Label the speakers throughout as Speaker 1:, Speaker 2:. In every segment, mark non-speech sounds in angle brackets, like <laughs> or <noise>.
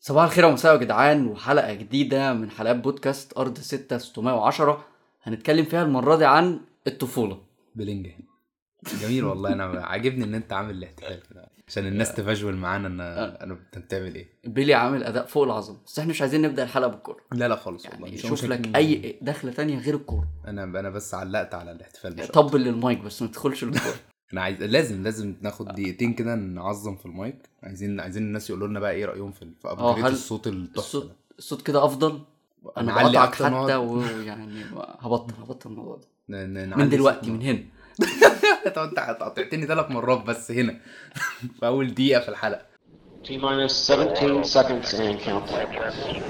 Speaker 1: صباح الخير ومساء يا جدعان وحلقة جديدة من حلقات بودكاست أرض 6 610 هنتكلم فيها المرة دي عن الطفولة
Speaker 2: بلينجهام جميل والله انا عاجبني ان انت عامل الاحتفال كده عشان الناس تفاجول معانا ان انا انت بتعمل ايه
Speaker 1: بيلي عامل أداء فوق العظمة بس احنا مش عايزين نبدأ الحلقة بالكورة
Speaker 2: لا لا خالص والله
Speaker 1: يعني
Speaker 2: مش-
Speaker 1: شوف
Speaker 2: مش
Speaker 1: لك
Speaker 2: هكون-
Speaker 1: أي دخلة تانية غير الكورة
Speaker 2: انا انا بس علقت على الاحتفال مش أكتر.
Speaker 1: طبل للمايك بس ما تدخلش الكورة
Speaker 2: انا عايز لازم لازم ناخد دقيقتين كده نعظم في المايك عايزين عايزين الناس يقولوا لنا بقى ايه رايهم في في ابجريد
Speaker 1: هل-
Speaker 2: الصوت التحفه
Speaker 1: الصوت
Speaker 2: ده.
Speaker 1: الصوت كده أفضل أنا
Speaker 2: نعلي
Speaker 1: بقطعك
Speaker 2: أكتر نقعد-
Speaker 1: حتى ويعني هبطل هبطل الموضوع ده
Speaker 2: ن- ن- نعلي
Speaker 1: من
Speaker 2: الصوت
Speaker 1: دلوقتي
Speaker 2: <laughs> نقعد.
Speaker 1: من هنا
Speaker 2: طب انت قطعتني ثلاث مرات بس هنا <laughs> في اول دقيقه في الحلقه
Speaker 3: T minus 17 seconds and counting. 10,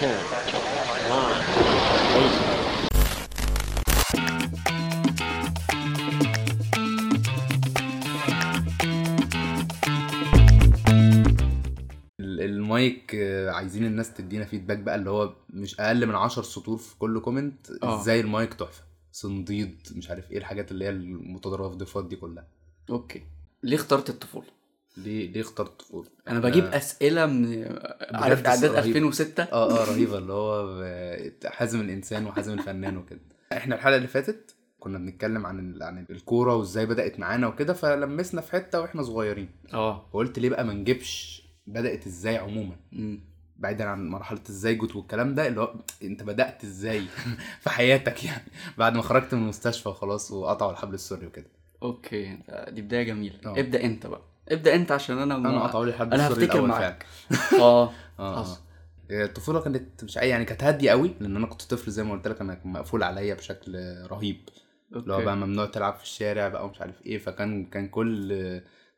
Speaker 3: 9, 8,
Speaker 2: ال- المايك آه، عايزين الناس تدينا فيدباك بقى اللي هو مش اقل من 10 سطور في كل كومنت
Speaker 1: آه.
Speaker 2: ازاي المايك تحفه صنديد مش عارف ايه الحاجات اللي هي المتضرفات دي كلها
Speaker 1: أوكي ليه اخترت الطفولة؟
Speaker 2: ليه ليه اخترت فور
Speaker 1: أنا بجيب أسئلة من عارف
Speaker 2: بجد
Speaker 1: إعداد
Speaker 2: رهيبة.
Speaker 1: 2006
Speaker 2: اه اه رهيبه اللي هو ب- حازم الانسان وحازم الفنان وكده احنا الحلقه اللي فاتت كنا بنتكلم عن ال- عن الكوره وازاي بدات معانا وكده فلمسنا في حته واحنا صغيرين
Speaker 1: اه
Speaker 2: وقلت ليه بقى ما نجيبش بدات ازاي عموما
Speaker 1: مم.
Speaker 2: بعيدا عن مرحله ازاي جوت والكلام ده اللي هو انت بدات ازاي <laughs> في حياتك يعني بعد ما خرجت من المستشفى وخلاص وقطعوا الحبل السري وكده
Speaker 1: اوكي دي بدايه جميله
Speaker 2: آه.
Speaker 1: ابدا انت بقى ابدا انت عشان انا ما-
Speaker 2: انا قطعوا لي الحبل
Speaker 1: أنا
Speaker 2: السري
Speaker 1: هفتكر
Speaker 2: الاول فعلا
Speaker 1: معاك. <laughs> اه
Speaker 2: اه
Speaker 1: حصل.
Speaker 2: <laughs> آه. الطفوله كانت مش أي- يعني كانت هاديه قوي لان انا كنت طفل زي ما قلت لك انا كان مقفول عليا بشكل رهيب اللي هو بقى
Speaker 1: اوكي
Speaker 2: ممنوع تلعب في الشارع بقى ومش عارف ايه فكان كان كل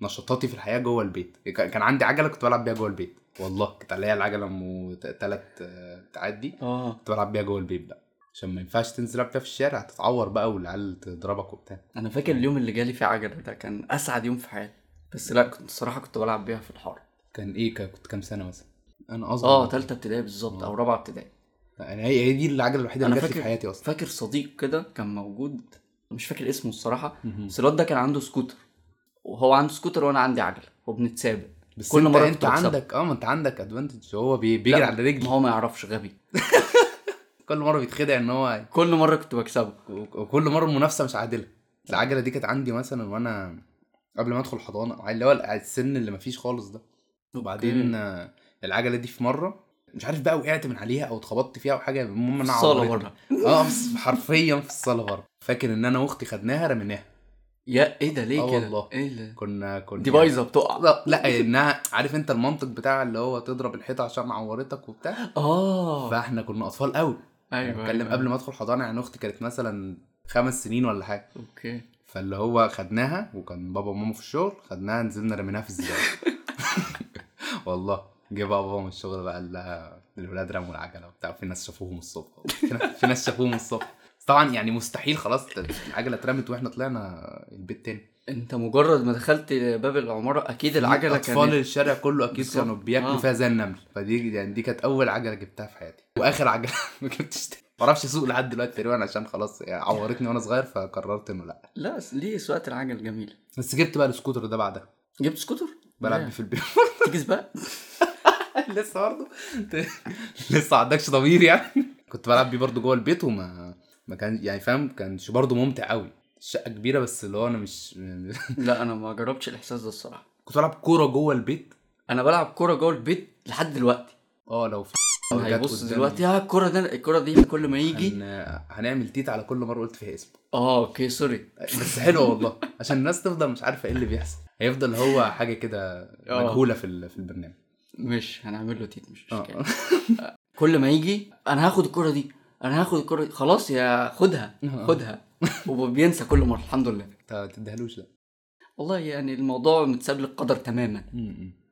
Speaker 2: نشاطاتي في الحياه جوه البيت ك- كان عندي عجله كنت بلعب بيها جوه البيت والله كانت عليا العجله ام تلات آه، بتاعات دي
Speaker 1: اه
Speaker 2: كنت بلعب بيها جوه البيت بقى عشان ما ينفعش تنزل العب بيها في الشارع تتعور بقى والعيال تضربك وبتاع
Speaker 1: انا فاكر
Speaker 2: يعني
Speaker 1: اليوم اللي جالي فيه عجله ده كان اسعد يوم في حياتي بس لا كنت الصراحه كنت بلعب بيها في الحاره
Speaker 2: كان ايه ك- كنت كام سنه مثلا انا اصغر
Speaker 1: اه تالته ابتدائي بالظبط
Speaker 2: آه.
Speaker 1: او رابعه ابتدائي
Speaker 2: انا يعني هي هي دي العجله الوحيده
Speaker 1: أنا
Speaker 2: اللي جت لي
Speaker 1: فاكر-
Speaker 2: في حياتي اصلا
Speaker 1: فاكر صديق كده كان موجود مش فاكر اسمه الصراحه
Speaker 2: مهم.
Speaker 1: بس الواد ده كان عنده سكوتر وهو عنده سكوتر وانا عندي عجله وبنتسابق
Speaker 2: بس
Speaker 1: كل
Speaker 2: كل انت,
Speaker 1: مرة
Speaker 2: مرة
Speaker 1: كنت
Speaker 2: انت
Speaker 1: بكسبك.
Speaker 2: عندك اه ما انت عندك ادفانتج هو بي- بيجري
Speaker 1: لا،
Speaker 2: على
Speaker 1: ما
Speaker 2: رجلي
Speaker 1: هو ما يعرفش غبي
Speaker 2: كل مره بيتخدع ان هو
Speaker 1: كل مره كنت بكسبه
Speaker 2: و- وكل مره المنافسه مش عادله العجله دي كانت عندي مثلا وانا قبل ما ادخل حضانه اللي هو السن اللي مفيش خالص ده وبعدين آه، العجله دي في مره مش عارف بقى وقعت من عليها او اتخبطت فيها او حاجه المهم انا
Speaker 1: الصاله
Speaker 2: عورتني.
Speaker 1: بره
Speaker 2: اه بس حرفيا في الصاله بره فاكر ان انا واختي خدناها رميناها
Speaker 1: يا ايه ده ليه
Speaker 2: آه
Speaker 1: كده
Speaker 2: والله.
Speaker 1: ايه ده
Speaker 2: كنا كنا
Speaker 1: دي بايظه بتقع <laughs>
Speaker 2: لا لا انها عارف انت المنطق بتاع اللي هو تضرب الحيطه عشان عورتك وبتاع
Speaker 1: اه
Speaker 2: فاحنا كنا اطفال قوي
Speaker 1: ايوه
Speaker 2: ايوه بتكلم
Speaker 1: أيوة.
Speaker 2: قبل ما ادخل حضانه يعني اختي كانت مثلا خمس سنين ولا حاجه
Speaker 1: اوكي
Speaker 2: فاللي هو خدناها وكان بابا وماما في الشغل خدناها نزلنا رميناها في الزباله <laughs> والله جه بقى بابا من الشغل بقى قال لها الولاد رموا العجله وبتاع في ناس شافوهم الصبح في ناس شافوهم الصبح بس طبعا يعني مستحيل خلاص العجله اترمت واحنا طلعنا البيت تاني
Speaker 1: انت مجرد ما دخلت باب العماره اكيد العجله
Speaker 2: اطفال
Speaker 1: كانت
Speaker 2: الشارع كله اكيد
Speaker 1: بالظبط.
Speaker 2: كانوا بياكلوا
Speaker 1: آه.
Speaker 2: فيها زي النمل فدي يعني دي كانت اول عجله جبتها في حياتي واخر عجله <laughs> ما جبتش تاني ما اعرفش اسوق لحد دلوقتي تقريبا عشان خلاص يعني عورتني وانا صغير فقررت انه لا
Speaker 1: لا بس ليه سواقه العجل جميله
Speaker 2: بس جبت بقى السكوتر ده بعدها
Speaker 1: جبت سكوتر
Speaker 2: بلعب
Speaker 1: لا.
Speaker 2: بيه في البيت
Speaker 1: تيجي
Speaker 2: <laughs>
Speaker 1: سباق
Speaker 2: لسه برضه لسه ما عندكش ضمير يعني كنت بلعب بيه برضه جوه البيت وما ما كان يعني فاهم كانش برضه ممتع قوي الشقه كبيره بس اللي هو انا مش <laughs>
Speaker 1: لا انا ما جربتش الاحساس ده الصراحه
Speaker 2: كنت بلعب كوره جوه البيت
Speaker 1: انا بلعب كوره جوه البيت لحد دلوقتي
Speaker 2: اه لو في جت
Speaker 1: هيبص
Speaker 2: قدامي
Speaker 1: دلوقتي اه الكوره ده الكوره دي كل ما يجي
Speaker 2: هن- هنعمل تيت على كل مره قلت فيها اسم
Speaker 1: اه اوكي سوري
Speaker 2: بس حلوه والله عشان الناس تفضل مش عارفه ايه اللي بيحصل هيفضل هو حاجه كده
Speaker 1: آه.
Speaker 2: مجهوله في ال- في البرنامج
Speaker 1: مش هنعمل له تيت مش
Speaker 2: آه. <laughs>
Speaker 1: مشكله كل ما يجي انا هاخد الكوره دي انا هاخد الكوره دي خلاص يا خدها
Speaker 2: آه.
Speaker 1: خدها <laughs> وبينسى كل مره الحمد لله
Speaker 2: ما تديهالوش ده
Speaker 1: والله يعني الموضوع متساب للقدر تماما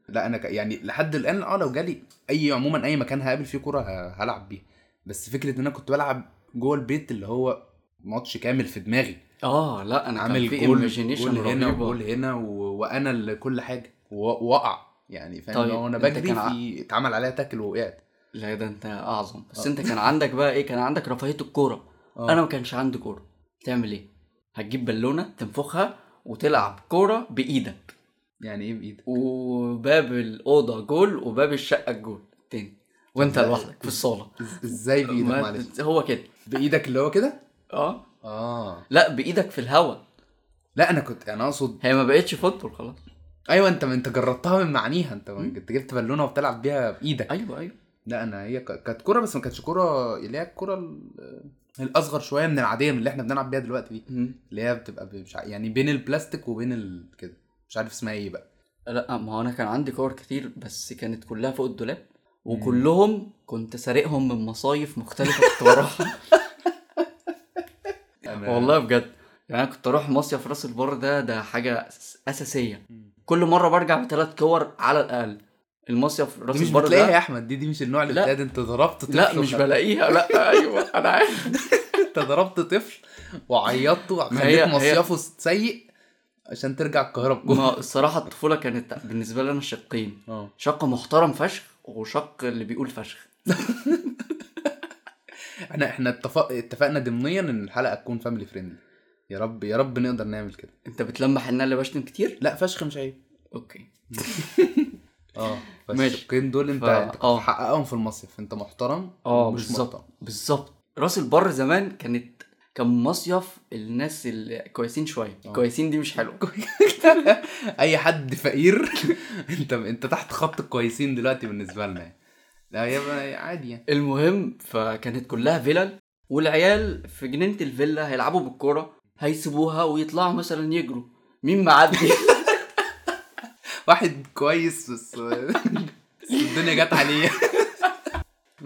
Speaker 2: لا انا ك... يعني لحد الان اه لو جالي اي عموما اي مكان هقابل فيه كوره ه- هلعب بيها بس فكره ان انا كنت بلعب جوه البيت اللي هو ماتش كامل في دماغي
Speaker 1: اه لا انا
Speaker 2: عامل
Speaker 1: كان في
Speaker 2: جول
Speaker 1: imagination
Speaker 2: جول هنا
Speaker 1: رهيبة.
Speaker 2: وجول هنا و... وانا اللي كل حاجه و- واقع يعني فاهم
Speaker 1: طيب،
Speaker 2: لو انا
Speaker 1: أنت
Speaker 2: بجري
Speaker 1: كان ع-
Speaker 2: في اتعمل عليا تاكل ووقعت
Speaker 1: لا ده انت اعظم بس
Speaker 2: آه.
Speaker 1: انت كان عندك بقى ايه كان عندك رفاهيه الكوره
Speaker 2: آه.
Speaker 1: انا ما كانش عندي إيه؟ كوره تعمل ايه هتجيب بالونه تنفخها وتلعب كوره بايدك
Speaker 2: يعني ايه بايدك
Speaker 1: وباب الاوضه جول وباب الشقه الجول التاني وانت
Speaker 2: لا.
Speaker 1: لوحدك في الصاله
Speaker 2: إز- ازاي بايدك
Speaker 1: ما-
Speaker 2: معلش
Speaker 1: هو كده
Speaker 2: بايدك اللي هو كده
Speaker 1: اه
Speaker 2: اه
Speaker 1: لا بايدك في الهواء
Speaker 2: لا انا كنت انا اقصد
Speaker 1: هي ما بقتش فوتبول خلاص
Speaker 2: ايوه انت انت جربتها من معانيها انت انت جبت بالونه وبتلعب بيها بايدك
Speaker 1: ايوه ايوه
Speaker 2: لا انا هي ك- كانت كوره بس ما كانتش كوره اللي هي الكوره ال- الاصغر شويه من العاديه من اللي احنا بنلعب بيها دلوقتي دي اللي هي بتبقى ب- مش ع... يعني بين البلاستيك وبين ال... كده مش عارف اسمها ايه بقى
Speaker 1: لا ما هو انا كان عندي كور كتير بس كانت كلها فوق الدولاب وكلهم كنت سارقهم من مصايف مختلفه كنت بروحها <laughs>
Speaker 2: أنا...
Speaker 1: والله بجد يعني انا كنت اروح مصيف راس البر ده ده حاجه أس- اساسيه كل مره برجع بثلاث كور على الاقل المصيف
Speaker 2: دي
Speaker 1: راس
Speaker 2: مش
Speaker 1: البر
Speaker 2: بتلاقيها يا
Speaker 1: ده
Speaker 2: احمد دي دي مش النوع اللي
Speaker 1: لا.
Speaker 2: بتلاقي ده انت ضربت طفل
Speaker 1: لا مش
Speaker 2: وخ-
Speaker 1: بلاقيها <laughs> لا ايوه انا عارف
Speaker 2: انت ضربت طفل وعيطته
Speaker 1: ما هي-
Speaker 2: خليت
Speaker 1: هي-
Speaker 2: مصيافه سيء عشان ترجع القاهره <laughs> بكره
Speaker 1: ما الصراحه الطفوله كانت بالنسبه لي انا شقين
Speaker 2: اه
Speaker 1: شق محترم فشخ وشق اللي بيقول فشخ
Speaker 2: احنا احنا اتفق... اتفقنا ضمنيا ان الحلقه تكون فاميلي فريندلي يا رب يا رب نقدر نعمل كده
Speaker 1: انت بتلمح ان انا اللي بشتم كتير
Speaker 2: لا فشخ مش عيب
Speaker 1: اوكي
Speaker 2: اه
Speaker 1: ماشي.
Speaker 2: فالشقين دول انت
Speaker 1: ف-
Speaker 2: انت
Speaker 1: اه.
Speaker 2: كنت حققهم في المصيف انت محترم
Speaker 1: اه
Speaker 2: ومش
Speaker 1: بالظبط
Speaker 2: محترم.
Speaker 1: بالظبط راس البر زمان كانت كان مصيف الناس الكويسين شويه
Speaker 2: اه.
Speaker 1: كويسين دي مش حلوه
Speaker 2: <laughs> اي حد فقير انت انت تحت خط الكويسين دلوقتي بالنسبه لنا يعني. لا يا عادي يعني
Speaker 1: المهم فكانت كلها فيلل والعيال في جنينه الفيلا هيلعبوا بالكوره هيسيبوها ويطلعوا مثلا يجروا مين معدي
Speaker 2: واحد كويس بس <laughs> بس الدنيا جت عليه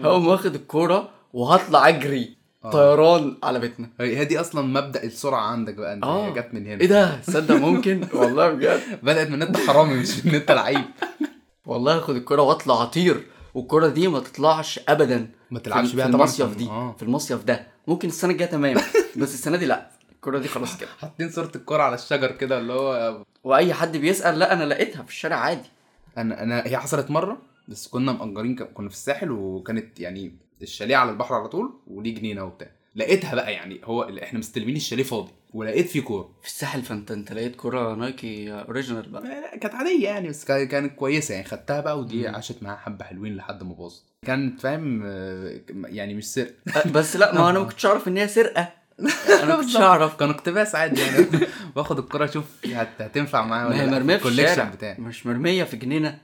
Speaker 1: هقوم واخد الكوره وهطلع اجري
Speaker 2: اه.
Speaker 1: طيران على بيتنا
Speaker 2: هي هي دي اصلا مبدا السرعه عندك بقى انت
Speaker 1: اه.
Speaker 2: هي جت من هنا
Speaker 1: ايه ده تصدق ممكن والله بجد
Speaker 2: بدات من انت حرامي مش من انت لعيب
Speaker 1: والله اخد الكرة واطلع اطير والكرة دي ما تطلعش ابدا
Speaker 2: ما تلعبش
Speaker 1: في-
Speaker 2: بيها
Speaker 1: في
Speaker 2: طبعا
Speaker 1: المصيف
Speaker 2: عشان-
Speaker 1: دي
Speaker 2: اه.
Speaker 1: في المصيف ده ممكن السنة الجاية تمام <laughs> بس السنة دي لا الكرة دي خلاص كده
Speaker 2: حاطين صوره الكره على الشجر كده اللي هو
Speaker 1: واي حد بيسأل لا انا لقيتها في الشارع عادي
Speaker 2: انا انا هي حصلت مره بس كنا مأجرين ك- كنا في الساحل وكانت يعني الشاليه على البحر على طول وليه جنينه وبتاع لقيتها بقى يعني هو ال- احنا مستلمين الشاليه فاضي ولقيت فيه كوره
Speaker 1: في الساحل فانت انت لقيت كرة نايكي اوريجينال بقى
Speaker 2: ما- آه، لا، كانت عاديه يعني بس كا- كانت كويسه يعني خدتها بقى ودي
Speaker 1: مم.
Speaker 2: عاشت معاها حبه حلوين لحد ما باظت كانت فاهم آه، يعني مش
Speaker 1: <laughs>
Speaker 2: سرقه
Speaker 1: أه، بس لا ما انا ما كنتش اعرف ان هي سرقة انا ما <laughs> كنتش اعرف
Speaker 2: كان اقتباس عادي يعني <laughs> باخد الكرة اشوف هت... هتنفع معايا
Speaker 1: ما
Speaker 2: ولا
Speaker 1: هي
Speaker 2: لا
Speaker 1: مرمية في الشارع
Speaker 2: بتاعي
Speaker 1: مش مرمية في جنينة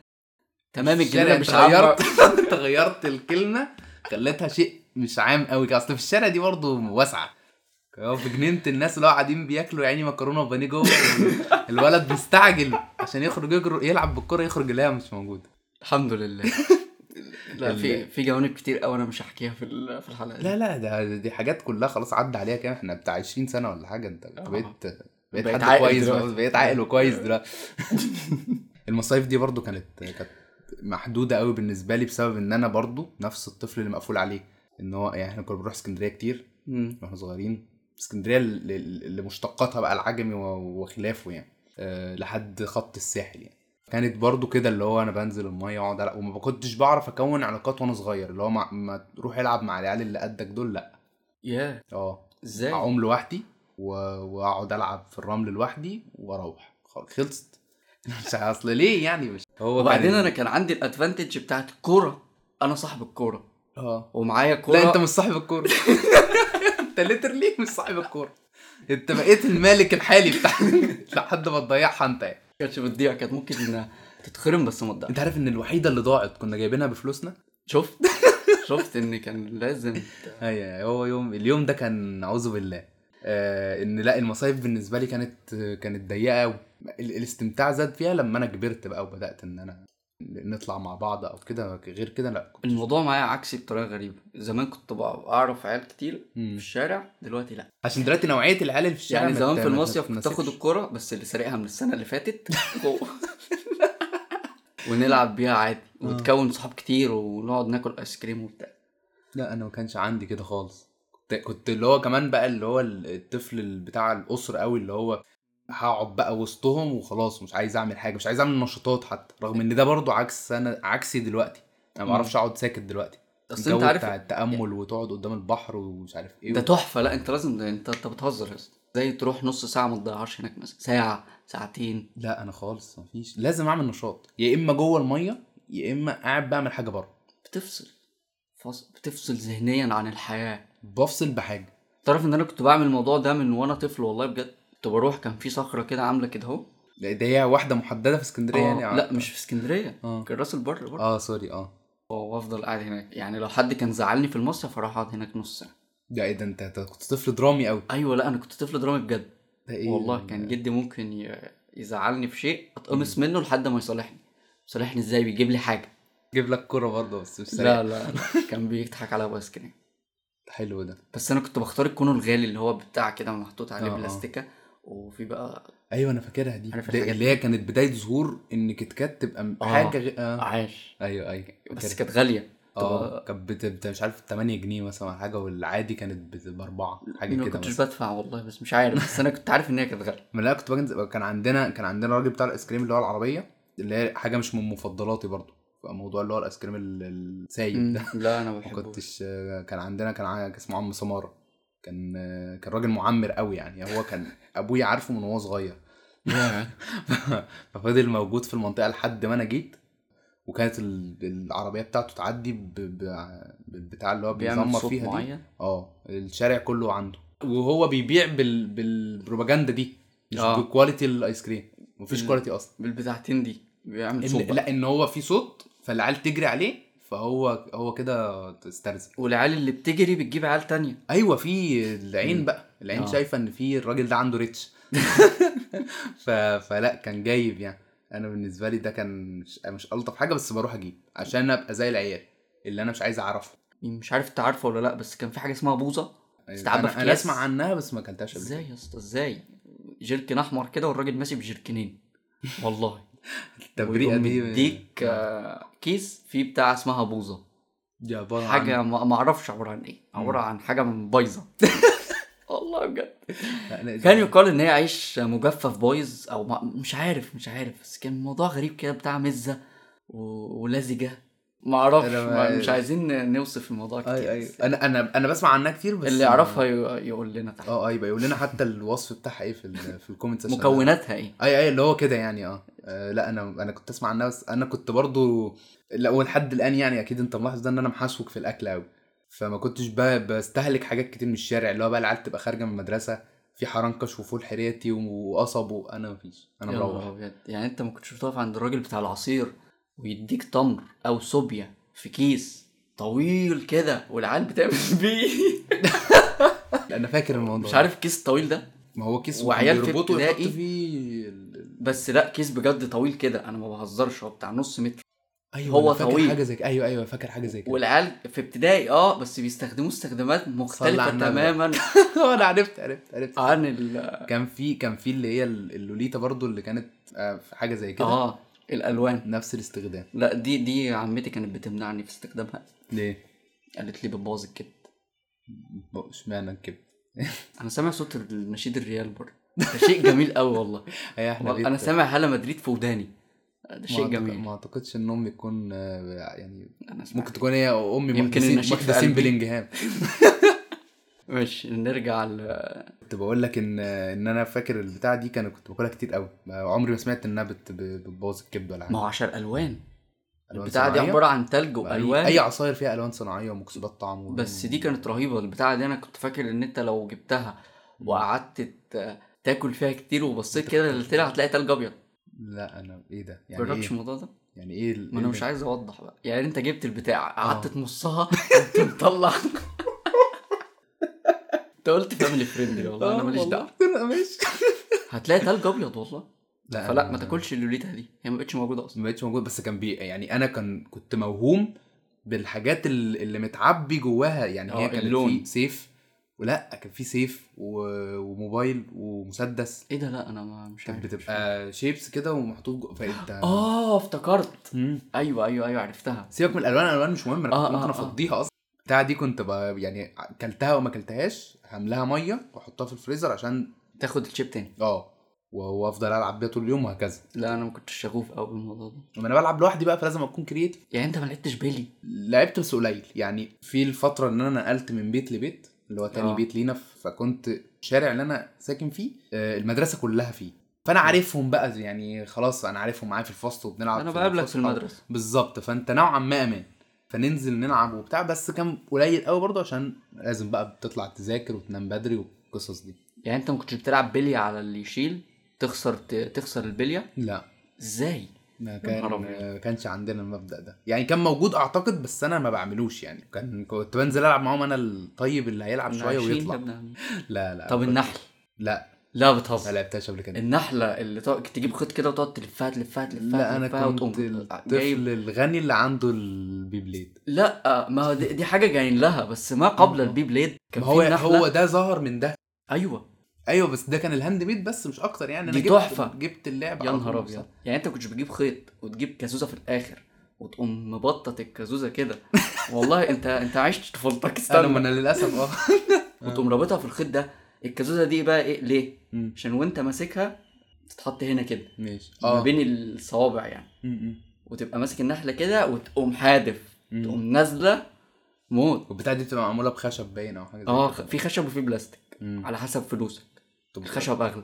Speaker 1: تمام
Speaker 2: الشارع
Speaker 1: الجنينة مش
Speaker 2: انت
Speaker 1: عارف
Speaker 2: غيرت <laughs> انت غيرت الكلمة خليتها شيء مش عام قوي كده. اصل في الشارع دي برضه واسعة هو في جنينة الناس اللي هو قاعدين بياكلوا يعني مكرونة وبانيه جوه الولد مستعجل عشان يخرج يجر... يلعب بالكرة يخرج يلاقيها مش موجودة
Speaker 1: الحمد لله <laughs> لا في
Speaker 2: ال-
Speaker 1: في جوانب كتير قوي انا مش هحكيها في ال- في الحلقة دي
Speaker 2: لا لا ده دي حاجات كلها خلاص عدى عليها كام احنا بتاع 20 سنة ولا حاجة انت
Speaker 1: اه.
Speaker 2: أنت بقيت بقيت
Speaker 1: بقيت
Speaker 2: حد
Speaker 1: عاقل
Speaker 2: كويس
Speaker 1: دلوقتي. آه.
Speaker 2: خلاص بقيت عاقل وكويس دلوقتي <laughs> المصايف دي برضو كانت كانت محدودة قوي بالنسبة لي بسبب ان انا برضو نفس الطفل اللي مقفول عليه ان هو يعني احنا كنا بنروح اسكندرية كتير
Speaker 1: مم.
Speaker 2: واحنا صغيرين اسكندرية ال- ال- اللي مشتقاتها بقى العجمي و- وخلافه يعني أه لحد خط الساحل يعني كانت برضو كده اللي هو انا بنزل الميه واقعد ألعب، وما كنتش بعرف اكون علاقات وانا صغير اللي هو ما, ما تروح العب مع العيال اللي قدك دول لا
Speaker 1: ياه
Speaker 2: اه
Speaker 1: ازاي
Speaker 2: اعوم لوحدي و- واقعد العب في الرمل لوحدي واروح خلاص خلصت <laughs> مش اصل ليه يعني مش هو
Speaker 1: وبعدين
Speaker 2: كان-
Speaker 1: انا كان عندي الادفانتج بتاعت الكوره انا صاحب الكوره
Speaker 2: اه
Speaker 1: ومعايا كوره
Speaker 2: لا انت مش صاحب الكوره <laughs> انت ليترلي مش صاحب الكوره انت بقيت المالك الحالي بتاع <laughs> لحد ما تضيعها انت يعني.
Speaker 1: كانتش بتضيع كانت ممكن إنها
Speaker 2: <laughs>
Speaker 1: تتخرم بس ما تضيعش
Speaker 2: انت عارف ان الوحيده اللي ضاعت كنا جايبينها بفلوسنا
Speaker 1: شفت <laughs> شفت ان كان لازم
Speaker 2: ايوه هو يوم اليوم ده كان اعوذ بالله آه ان لا المصايف بالنسبه لي كانت كانت ضيقه قوي الاستمتاع زاد فيها لما انا كبرت بقى وبدات ان انا نطلع مع بعض او كده غير كده لا كنت
Speaker 1: الموضوع معايا عكسي بطريقه غريبه زمان كنت بقى اعرف عيال كتير في
Speaker 2: مم.
Speaker 1: الشارع دلوقتي لا
Speaker 2: عشان دلوقتي نوعيه العيال اللي في الشارع
Speaker 1: يعني
Speaker 2: ما
Speaker 1: زمان
Speaker 2: ت-
Speaker 1: في
Speaker 2: ما ت-
Speaker 1: المصيف
Speaker 2: ما
Speaker 1: كنت اخد
Speaker 2: تناسبش.
Speaker 1: الكوره بس اللي سارقها من السنه اللي فاتت
Speaker 2: <laughs>
Speaker 1: جوه. ونلعب بيها عادي
Speaker 2: آه.
Speaker 1: وتكون صحاب كتير ونقعد ناكل ايس كريم وبتاع
Speaker 2: لا انا ما كانش عندي كده خالص كنت كنت اللي هو كمان بقى اللي هو الطفل ال- بتاع الاسر قوي اللي هو هقعد بقى وسطهم وخلاص مش عايز اعمل حاجه مش عايز اعمل نشاطات حتى رغم ان ده برضو عكس انا عكسي دلوقتي انا ما
Speaker 1: مم.
Speaker 2: بعرفش اقعد ساكت دلوقتي
Speaker 1: اصل انت
Speaker 2: الجو
Speaker 1: عارف يعني
Speaker 2: بتاع التامل وتقعد قدام البحر ومش عارف ايه
Speaker 1: ده تحفه لا انت لازم انت انت بتهزر يا اسطى زي تروح نص ساعه ما تضيعهاش هناك مثلا ساعه ساعتين
Speaker 2: لا انا خالص مفيش لازم اعمل نشاط يا اما جوه الميه يا اما قاعد بعمل حاجه بره
Speaker 1: بتفصل فص... بتفصل ذهنيا عن الحياه
Speaker 2: بفصل بحاجه
Speaker 1: تعرف ان انا كنت بعمل الموضوع ده من وانا طفل والله بجد كنت بروح كان في صخره كده عامله كده اهو
Speaker 2: ده ده هي واحده محدده في اسكندريه
Speaker 1: آه،
Speaker 2: يعني
Speaker 1: لا مش في اسكندريه
Speaker 2: اه
Speaker 1: كان راس البر برضه
Speaker 2: اه سوري اه
Speaker 1: وافضل قاعد هناك يعني لو حد كان زعلني في المصيف اروح اقعد هناك نص ساعه
Speaker 2: ده ايه ده انت أنت كنت طفل درامي قوي
Speaker 1: ايوه لا انا كنت طفل درامي بجد
Speaker 2: ده ايه
Speaker 1: والله كان جدي ممكن ي- يزعلني في شيء اتقمص منه لحد ما يصالحني يصالحني ازاي بيجيب لي حاجه
Speaker 2: جيب لك كرة برضه بس مش سريع
Speaker 1: لا لا لا <laughs> كان بيضحك عليا بس كده
Speaker 2: حلو ده
Speaker 1: بس انا كنت بختار الكون الغالي اللي هو بتاع كده محطوط عليه
Speaker 2: آه، آه.
Speaker 1: بلاستيكه وفي بقى
Speaker 2: ايوه انا فاكرها دي
Speaker 1: عارف
Speaker 2: ده
Speaker 1: الحاجات
Speaker 2: اللي هي كانت بدايه ظهور ان كيت كات تبقى م-
Speaker 1: آه.
Speaker 2: حاجه غ... آه.
Speaker 1: عاش
Speaker 2: ايوه ايوه
Speaker 1: بس
Speaker 2: فاكرها.
Speaker 1: كانت غاليه
Speaker 2: اه
Speaker 1: تبقى-
Speaker 2: كانت بت- بت- مش عارف 8 جنيه مثلا ولا حاجه والعادي كانت بت- باربعه حاجه
Speaker 1: ما
Speaker 2: كده
Speaker 1: كنتش
Speaker 2: مثلا
Speaker 1: بدفع والله بس مش عارف بس انا كنت عارف ان هي كانت غاليه
Speaker 2: ما لا كنت بجد كان عندنا كان عندنا راجل بتاع الايس كريم اللي هو العربيه اللي هي حاجه مش من مفضلاتي برضه موضوع اللي هو الايس كريم ال- <laughs> السايب ده
Speaker 1: لا انا
Speaker 2: أيوة. ما
Speaker 1: بحبه
Speaker 2: كنتش كان عندنا كان ع- كان اسمه عم سمارة كان كان راجل معمر قوي يعني هو كان <laughs> ابويا عارفه من وهو صغير <laughs> ففضل موجود في المنطقه لحد ما انا جيت وكانت ال- العربيه بتاعته تعدي ب- ب- بالبتاع اللي هو
Speaker 1: بيعمل
Speaker 2: بيزمر
Speaker 1: صوت
Speaker 2: فيها دي
Speaker 1: معين
Speaker 2: اه الشارع كله عنده وهو بيبيع بال... بالبروباجندا دي مش
Speaker 1: آه.
Speaker 2: بكواليتي الايس كريم مفيش
Speaker 1: ال-
Speaker 2: كواليتي اصلا
Speaker 1: بالبتاعتين دي بيعمل صوت
Speaker 2: إن...
Speaker 1: بقى.
Speaker 2: لا ان هو في صوت فالعيال تجري عليه فهو هو كده استرزل
Speaker 1: والعيال اللي بتجري بتجيب عيال تانية
Speaker 2: ايوه في العين
Speaker 1: مم.
Speaker 2: بقى العين
Speaker 1: آه.
Speaker 2: آه. شايفه ان في الراجل ده
Speaker 1: <laughs>
Speaker 2: عنده ريتش ف... فلا كان جايب يعني انا بالنسبه لي ده كان مش, مش الطف حاجه بس بروح اجيب عشان ابقى زي العيال اللي انا مش عايز اعرفه
Speaker 1: مش عارف انت عارفه ولا لا بس كان في حاجه اسمها بوظه استعبى في
Speaker 2: انا, أيوة. أنا
Speaker 1: كياس.
Speaker 2: اسمع عنها بس ما اكلتهاش قبل
Speaker 1: ازاي يا اسطى ازاي جيركن احمر كده والراجل ماشي بجيركنين
Speaker 2: <laughs>
Speaker 1: والله
Speaker 2: كده. التبريئه
Speaker 1: ويقوم
Speaker 2: دي
Speaker 1: يديك آه، كيس فيه بتاع اسمها بوظه
Speaker 2: دي عباره
Speaker 1: حاجه
Speaker 2: عن...
Speaker 1: ما ما اعرفش عباره عن ايه عباره عن حاجه من بايظه <laughs> والله بجد <laughs>
Speaker 2: لا، لا،
Speaker 1: كان يقال ان هي عيش مجفف بايظ او ما مش عارف مش عارف بس كان الموضوع غريب كده بتاع مزه و- ولزجه ما اعرفش
Speaker 2: أنا
Speaker 1: ما-
Speaker 2: ما-
Speaker 1: مش عايزين نوصف الموضوع
Speaker 2: اي
Speaker 1: كتير
Speaker 2: اي
Speaker 1: بس
Speaker 2: انا انا انا بسمع عنها كتير بس
Speaker 1: اللي يعرفها ي- يقول لنا تحت
Speaker 2: اه ايوه يقول لنا حتى الوصف بتاعها ايه في ال... في الكومنتس عشان-
Speaker 1: مكوناتها ايه
Speaker 2: اي اي اللي هو كده يعني اه آه، لا انا انا كنت اسمع عنها بس انا كنت برضو لا ولحد الان يعني اكيد انت ملاحظ ده ان انا محشوك في الاكل قوي فما كنتش ب- بستهلك حاجات كتير من الشارع اللي هو بقى العيال تبقى خارجه من المدرسه في حرنكش وفول حريتي وقصب وانا مفيش انا
Speaker 1: يا
Speaker 2: مروح
Speaker 1: نهار أبيض. يعني انت ما كنتش بتقف عند الراجل بتاع العصير ويديك تمر او صوبيا في كيس طويل كده والعيال بتعمل <laughs> بيه
Speaker 2: انا فاكر الموضوع
Speaker 1: مش
Speaker 2: ده.
Speaker 1: عارف الكيس الطويل ده
Speaker 2: ما هو كيس
Speaker 1: وعيال في
Speaker 2: ويربطه ويحط
Speaker 1: ابتدائي.
Speaker 2: فيه ال- ال-
Speaker 1: بس لا كيس بجد طويل كده انا ما بهزرش هو بتاع نص متر
Speaker 2: ايوه
Speaker 1: هو
Speaker 2: أنا فاكر
Speaker 1: طويل.
Speaker 2: حاجه زي كده ايوه ايوه فاكر حاجه زي كده <laughs>
Speaker 1: والعيال في ابتدائي اه بس بيستخدموه استخدامات
Speaker 2: صلي على
Speaker 1: مختلفه
Speaker 2: النبي.
Speaker 1: تماما
Speaker 2: انا عرفت عرفت عرفت
Speaker 1: عن ال
Speaker 2: كان في كان في اللي هي ال- اللوليتا برضو اللي كانت آه، في حاجه زي كده
Speaker 1: اه الالوان
Speaker 2: نفس الاستخدام
Speaker 1: لا دي دي عمتي كانت بتمنعني في استخدامها
Speaker 2: ليه؟
Speaker 1: قالت لي بتبوظ الكبد
Speaker 2: ب- اشمعنى الكبد؟
Speaker 1: انا سامع صوت النشيد الريال بره ده شيء جميل قوي والله
Speaker 2: <laughs> هي احنا
Speaker 1: والله انا
Speaker 2: بيت-
Speaker 1: سامع هلا مدريد في وداني ده
Speaker 2: ما
Speaker 1: شيء
Speaker 2: أعتق-
Speaker 1: جميل
Speaker 2: ما اعتقدش انهم يكون آه، يعني
Speaker 1: انا سمعت.
Speaker 2: ممكن تكون هي امي
Speaker 1: يمكن
Speaker 2: مقدسين
Speaker 1: النشيد في
Speaker 2: مقدسين
Speaker 1: قلبي.
Speaker 2: بلينجهام
Speaker 1: ماشي نرجع ل...
Speaker 2: كنت بقول لك ان ان انا فاكر البتاع دي كان كنت باكلها كتير قوي ما- عمري ما سمعت انها بت- ب- بتبوظ الكبد ولا
Speaker 1: ما
Speaker 2: حاجه
Speaker 1: هو عشان الالوان
Speaker 2: ألوان
Speaker 1: البتاعه دي
Speaker 2: صناعية؟
Speaker 1: عباره عن تلج
Speaker 2: أي-
Speaker 1: والوان
Speaker 2: اي عصاير فيها الوان صناعيه ومكسبات طعم و-
Speaker 1: بس دي كانت رهيبه البتاعه دي انا كنت فاكر ان انت لو جبتها وقعدت ت- تاكل فيها كتير وبصيت كده اللي طلع هتلاقي تلج ابيض
Speaker 2: لا انا ايه ده يعني
Speaker 1: جربتش
Speaker 2: ايه
Speaker 1: الموضوع ده
Speaker 2: يعني ايه ال-
Speaker 1: ما انا
Speaker 2: إيه
Speaker 1: مش
Speaker 2: ده؟
Speaker 1: عايز اوضح بقى يعني انت جبت البتاع قعدت
Speaker 2: آه.
Speaker 1: تمصها كنت مطلع انت قلت فاميلي فريندلي والله انا
Speaker 2: آه،
Speaker 1: ماليش
Speaker 2: والله.
Speaker 1: دعوه
Speaker 2: لا، <laughs> ماشي
Speaker 1: هتلاقي تلج ابيض والله
Speaker 2: لا
Speaker 1: فلا
Speaker 2: أنا-
Speaker 1: ما تاكلش اللوليتا دي هي ما بقتش موجوده اصلا
Speaker 2: ما بقتش موجود بس كان بي يعني انا كان كنت موهوم بالحاجات ال- اللي متعبي جواها يعني
Speaker 1: آه،
Speaker 2: هي كانت
Speaker 1: اللون.
Speaker 2: في سيف ولا كان في سيف و- وموبايل ومسدس
Speaker 1: ايه ده لا انا ما مش عارف
Speaker 2: كانت بتبقى شيبس كده ومحطوط جوه فانت
Speaker 1: اه افتكرت
Speaker 2: مم.
Speaker 1: ايوه ايوه ايوه عرفتها
Speaker 2: سيبك من الالوان الالوان مش مهم انا
Speaker 1: آه،
Speaker 2: كنت ممكن
Speaker 1: آه، آه.
Speaker 2: افضيها اصلا البتاع دي كنت ب- يعني اكلتها وما اكلتهاش هملاها ميه واحطها في الفريزر عشان
Speaker 1: تاخد الشيب تاني
Speaker 2: اه وافضل العب بيها طول اليوم وهكذا
Speaker 1: لا انا ما كنتش شغوف قوي بالموضوع ده
Speaker 2: لما انا بلعب لوحدي بقى فلازم اكون كرييتيف
Speaker 1: يعني انت ما لعبتش بيلي
Speaker 2: لعبت بس قليل يعني في الفترة ان انا نقلت من بيت لبيت اللي هو تاني
Speaker 1: آه.
Speaker 2: بيت لينا فكنت الشارع اللي انا ساكن فيه آه، المدرسه كلها فيه فانا
Speaker 1: آه.
Speaker 2: عارفهم بقى يعني خلاص انا عارفهم معايا في الفصل وبنلعب
Speaker 1: أنا بقابلك في
Speaker 2: الفسحة.
Speaker 1: المدرسة.
Speaker 2: بالظبط فانت نوعا ما امان فننزل نلعب وبتاع بس كان قليل قوي برضه عشان لازم بقى بتطلع تذاكر وتنام بدري والقصص دي
Speaker 1: يعني انت ما كنتش بتلعب بلية على اللي يشيل تخسر ت... تخسر البلية
Speaker 2: لا
Speaker 1: ازاي
Speaker 2: ما
Speaker 1: نهار
Speaker 2: كان
Speaker 1: أبيض.
Speaker 2: ما كانش عندنا المبدأ ده يعني كان موجود اعتقد بس انا ما بعملوش يعني كان كنت بنزل العب معاهم انا الطيب اللي هيلعب شويه
Speaker 1: عايشين
Speaker 2: ويطلع
Speaker 1: يا ابن عمي.
Speaker 2: لا لا
Speaker 1: طب
Speaker 2: كنت-
Speaker 1: النحل
Speaker 2: لا
Speaker 1: لا
Speaker 2: ما
Speaker 1: بتهزر
Speaker 2: لعبتهاش قبل كده
Speaker 1: النحلة اللي تق... تجيب خيط كده وتقعد تلفها تلفها تلفها
Speaker 2: لا انا
Speaker 1: تلفها
Speaker 2: كنت
Speaker 1: وتقوم
Speaker 2: الطفل الغني اللي عنده البي بليد
Speaker 1: لا آه، ما هو دي, دي حاجة جايين لها بس ما قبل البي بليد كان
Speaker 2: ما هو
Speaker 1: في النحلة
Speaker 2: هو ده ظهر من ده
Speaker 1: ايوه
Speaker 2: ايوه بس ده كان الهاند ميد بس مش اكتر يعني
Speaker 1: دي
Speaker 2: انا جبت
Speaker 1: تحفة.
Speaker 2: جبت آه، اللعبه
Speaker 1: يا
Speaker 2: على
Speaker 1: نهار
Speaker 2: طول
Speaker 1: ابيض
Speaker 2: بصراحة.
Speaker 1: يعني انت كنتش بتجيب خيط وتجيب كازوزه في الاخر وتقوم مبطط الكازوزه
Speaker 2: <laughs>
Speaker 1: كده والله انت انت عشت طفولتك
Speaker 2: انا ما
Speaker 1: استنى
Speaker 2: انا للاسف اه
Speaker 1: <laughs> وتقوم رابطها في الخيط ده الكازوزه دي بقى ايه ليه؟
Speaker 2: مم.
Speaker 1: عشان وانت ماسكها تتحط هنا كده
Speaker 2: ماشي
Speaker 1: ما
Speaker 2: اه
Speaker 1: بين الصوابع يعني
Speaker 2: م- م.
Speaker 1: وتبقى ماسك النحله كده وتقوم حادف
Speaker 2: مم.
Speaker 1: تقوم نازله موت
Speaker 2: والبتاع دي بتبقى معموله بخشب باين او حاجه زي
Speaker 1: اه
Speaker 2: كده.
Speaker 1: في خشب وفي بلاستيك
Speaker 2: مم.
Speaker 1: على حسب فلوسك
Speaker 2: طب-
Speaker 1: الخشب اغلى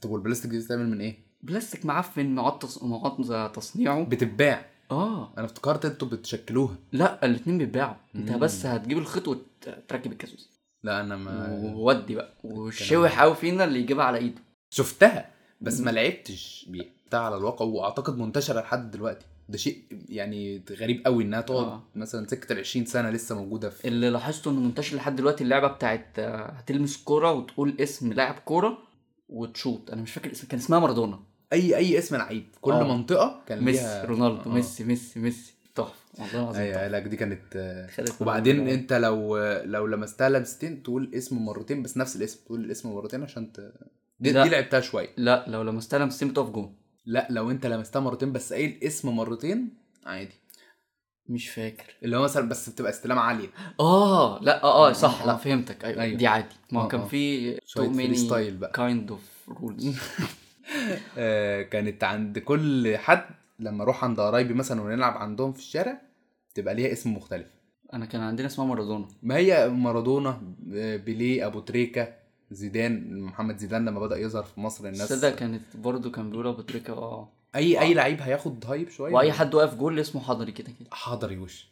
Speaker 2: طب والبلاستيك دي بتتعمل من ايه؟
Speaker 1: بلاستيك معفن معطس معطس تصنيعه
Speaker 2: بتتباع
Speaker 1: اه
Speaker 2: انا افتكرت انتوا بتشكلوها
Speaker 1: لا الاتنين بيتباعوا انت
Speaker 2: مم.
Speaker 1: بس هتجيب الخيط وتركب الكازوزه
Speaker 2: لا انا ما
Speaker 1: وودي بقى والشوح قوي فينا اللي يجيبها على ايده
Speaker 2: شفتها بس ما لعبتش بيها بتاع على الواقع واعتقد منتشره لحد دلوقتي ده شيء يعني غريب قوي انها تقعد
Speaker 1: آه.
Speaker 2: مثلا سكه ال 20 سنه لسه موجوده في
Speaker 1: اللي لاحظته انه منتشر لحد دلوقتي اللعبه بتاعت آه، هتلمس كوره وتقول اسم لاعب كوره وتشوط انا مش فاكر اسم كان اسمها مارادونا
Speaker 2: اي اي اسم لعيب كل
Speaker 1: آه.
Speaker 2: منطقه كان
Speaker 1: ميسي
Speaker 2: ليها
Speaker 1: رونالدو
Speaker 2: آه.
Speaker 1: ميسي ميسي ميسي تحفه والله العظيم
Speaker 2: ايوه
Speaker 1: تحفة.
Speaker 2: لا دي كانت آه،
Speaker 1: خدت
Speaker 2: وبعدين
Speaker 1: مارادونا.
Speaker 2: انت لو لو لمستها لمستين تقول اسم مرتين بس نفس الاسم تقول الاسم مرتين عشان ت... دي,
Speaker 1: لا.
Speaker 2: دي لعبتها شويه
Speaker 1: لا لو لمستها لمستين بتقف جون
Speaker 2: لا لو انت لمستها مرتين بس قايل الاسم مرتين عادي
Speaker 1: مش فاكر
Speaker 2: اللي هو مثلا بس بتبقى استلام عاليه
Speaker 1: اه لا اه اه صح
Speaker 2: آه.
Speaker 1: لا فهمتك ايوه,
Speaker 2: أيوة.
Speaker 1: دي عادي ما هو
Speaker 2: آه،
Speaker 1: كان
Speaker 2: آه.
Speaker 1: في
Speaker 2: شوية freestyle بقى.
Speaker 1: كايند اوف رولز <laughs>
Speaker 2: آه كانت عند كل حد لما اروح عند قرايبي مثلا ونلعب عندهم في الشارع تبقى ليها اسم مختلف
Speaker 1: انا كان عندنا اسمها مارادونا
Speaker 2: ما هي مارادونا آه، بيليه ابو تريكه زيدان محمد زيدان لما بدا يظهر في مصر الناس
Speaker 1: السادة كانت برضو كان بيقولها بطريقة اه
Speaker 2: اي اي لعيب هياخد هايب شويه
Speaker 1: واي حد واقف جول اسمه حضري كده كده
Speaker 2: حاضر يوش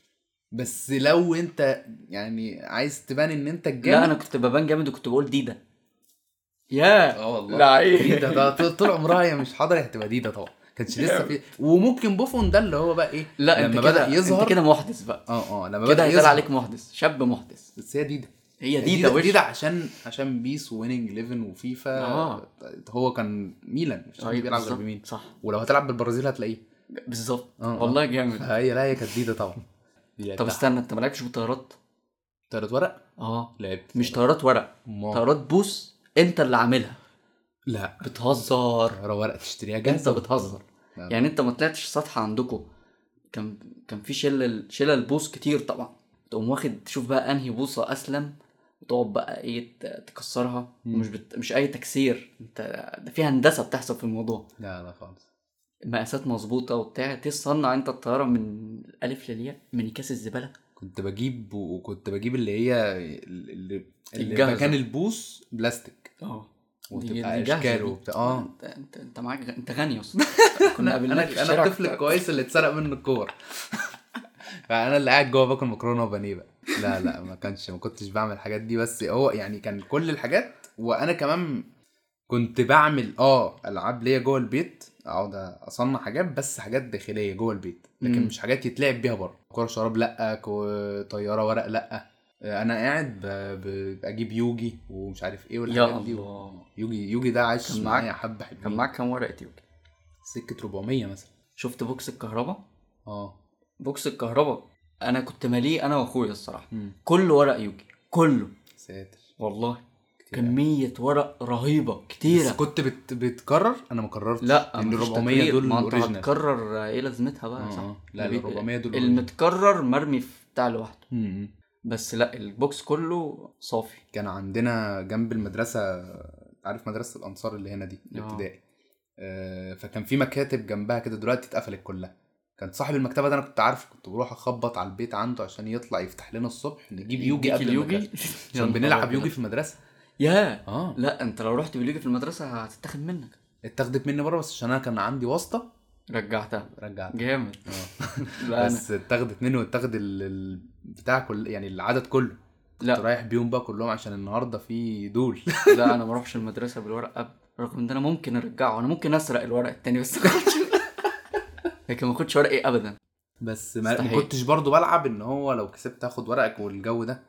Speaker 2: بس لو انت يعني عايز تبان ان انت الجامد
Speaker 1: لا انا كنت ببان جامد وكنت بقول ديدا يا
Speaker 2: اه والله
Speaker 1: لعيب.
Speaker 2: ديدا ده طول- طول عمرها هي مش حاضر هتبقى ديدا طبعا كانش لسه في وممكن بوفون ده اللي هو بقى ايه
Speaker 1: لا
Speaker 2: لما
Speaker 1: انت كده
Speaker 2: بدا يظهر
Speaker 1: انت كده محدث بقى
Speaker 2: اه اه لما
Speaker 1: كده
Speaker 2: بدا
Speaker 1: هيتقال
Speaker 2: يظهر
Speaker 1: عليك محدث شاب محدث
Speaker 2: بس هي ديدا
Speaker 1: هي ديدا
Speaker 2: ديدا,
Speaker 1: وش
Speaker 2: ديدا عشان عشان بيس ويننج 11 وفيفا
Speaker 1: آه.
Speaker 2: هو كان ميلان مش عارف
Speaker 1: أيوة،
Speaker 2: بيلعب غير
Speaker 1: بالظبط.
Speaker 2: بمين
Speaker 1: صح
Speaker 2: ولو هتلعب بالبرازيل هتلاقيه
Speaker 1: بالظبط
Speaker 2: آه، آه.
Speaker 1: والله
Speaker 2: <laughs>
Speaker 1: جامد
Speaker 2: هي لا هي كانت ديدا طبعا
Speaker 1: طب استنى انت ما لعبتش بطيارات
Speaker 2: طيارة ورق
Speaker 1: اه
Speaker 2: لعبت
Speaker 1: مش طيارات ورق
Speaker 2: ما-
Speaker 1: طيارات بوس انت اللي عاملها
Speaker 2: لا
Speaker 1: بتهزر
Speaker 2: طيارة ورق تشتريها
Speaker 1: انت
Speaker 2: جاهزة
Speaker 1: بتهزر
Speaker 2: لا.
Speaker 1: يعني انت ما طلعتش سطح عندكم كان كان في شلل شلل بوص كتير طبعا تقوم واخد تشوف بقى انهي بوصه اسلم وتقعد بقى ايه ت- تكسرها ومش بت... مش اي تكسير انت ده في هندسه بتحصل في الموضوع
Speaker 2: لا لا خالص
Speaker 1: مقاسات مظبوطه وبتاع تصنع انت الطياره من الالف للياء من كاس الزباله
Speaker 2: كنت بجيب وكنت بجيب اللي هي اللي, اللي
Speaker 1: الجاهزة.
Speaker 2: مكان البوص بلاستيك
Speaker 1: اه
Speaker 2: وتبقى اشكال وبتاع اه
Speaker 1: انت انت, انت معاك غ- انت غني
Speaker 2: <laughs>
Speaker 1: اصلا كنا
Speaker 2: انا
Speaker 1: قابلناك في
Speaker 2: انا
Speaker 1: الشارع
Speaker 2: الطفل
Speaker 1: كنت-
Speaker 2: الكويس اللي اتسرق
Speaker 1: <laughs>
Speaker 2: منه الكور فانا اللي قاعد جوه باكل مكرونه وبانيه بقى لا لا ما كانش ما كنتش بعمل الحاجات دي بس هو يعني كان كل الحاجات وانا كمان كنت بعمل اه العاب ليا جوه البيت اقعد اصنع حاجات بس حاجات داخليه جوه البيت لكن
Speaker 1: مم.
Speaker 2: مش حاجات يتلعب بيها بره كوره شراب لا كو- طياره ورق لا انا قاعد ب- ب- اجيب يوجي ومش عارف ايه والحاجات دي
Speaker 1: الله.
Speaker 2: يوجي يوجي ده عايش
Speaker 1: كان
Speaker 2: معايا
Speaker 1: معاك-
Speaker 2: حبه
Speaker 1: كان
Speaker 2: حلوين
Speaker 1: معاك كام ورقه تيوب
Speaker 2: سكه 400 مثلا
Speaker 1: شفت بوكس الكهرباء
Speaker 2: اه
Speaker 1: بوكس الكهرباء انا كنت مليه انا واخويا الصراحه
Speaker 2: مم.
Speaker 1: كل ورق يوجي كله
Speaker 2: ساتر
Speaker 1: والله
Speaker 2: كتير
Speaker 1: كميه ورق رهيبه
Speaker 2: بس
Speaker 1: كتيره
Speaker 2: كنت بت... بتكرر انا ما كررتش
Speaker 1: لا
Speaker 2: لان ال
Speaker 1: مفيش
Speaker 2: 400
Speaker 1: تكرير.
Speaker 2: دول
Speaker 1: ما انت
Speaker 2: الاوريجينال
Speaker 1: هتكرر ايه لازمتها بقى
Speaker 2: آه،
Speaker 1: صح
Speaker 2: آه. لا، لا،
Speaker 1: بي-
Speaker 2: 400 دول original.
Speaker 1: المتكرر مرمي في بتاع لوحده
Speaker 2: م-م.
Speaker 1: بس لا البوكس كله صافي
Speaker 2: كان عندنا جنب المدرسه عارف مدرسه الانصار اللي هنا دي
Speaker 1: آه.
Speaker 2: الابتدائي آه. فكان في مكاتب جنبها كده دلوقتي اتقفلت كلها كان صاحب المكتبه ده انا كنت عارف كنت بروح اخبط على البيت عنده عشان يطلع يفتح لنا الصبح نجيب يوجي قبل
Speaker 1: اليوجي
Speaker 2: <laughs> المدرسة. عشان بنلعب يوجي في المدرسه
Speaker 1: يا
Speaker 2: اه
Speaker 1: لا انت لو رحت باليوجي في المدرسه هتتاخد منك
Speaker 2: اتاخدت مني بره بس عشان انا كان عندي واسطه
Speaker 1: رجعتها
Speaker 2: رجعت
Speaker 1: جامد
Speaker 2: آه.
Speaker 1: <laughs> لا انا
Speaker 2: بس اتاخدت مني واتاخد ال- ال- بتاع كل يعني العدد كله كنت
Speaker 1: لا
Speaker 2: رايح بيهم بقى كلهم عشان النهارده في دول <laughs>
Speaker 1: لا انا ما اروحش المدرسه بالورق اب رغم ان انا ممكن ارجعه انا ممكن اسرق الورق التاني بس ما اخدش <laughs> لكن ما اخدش ورقي ابدا
Speaker 2: بس ما ما
Speaker 1: مستحيل.
Speaker 2: كنتش برضو بلعب ان هو لو كسبت هاخد ورقك والجو ده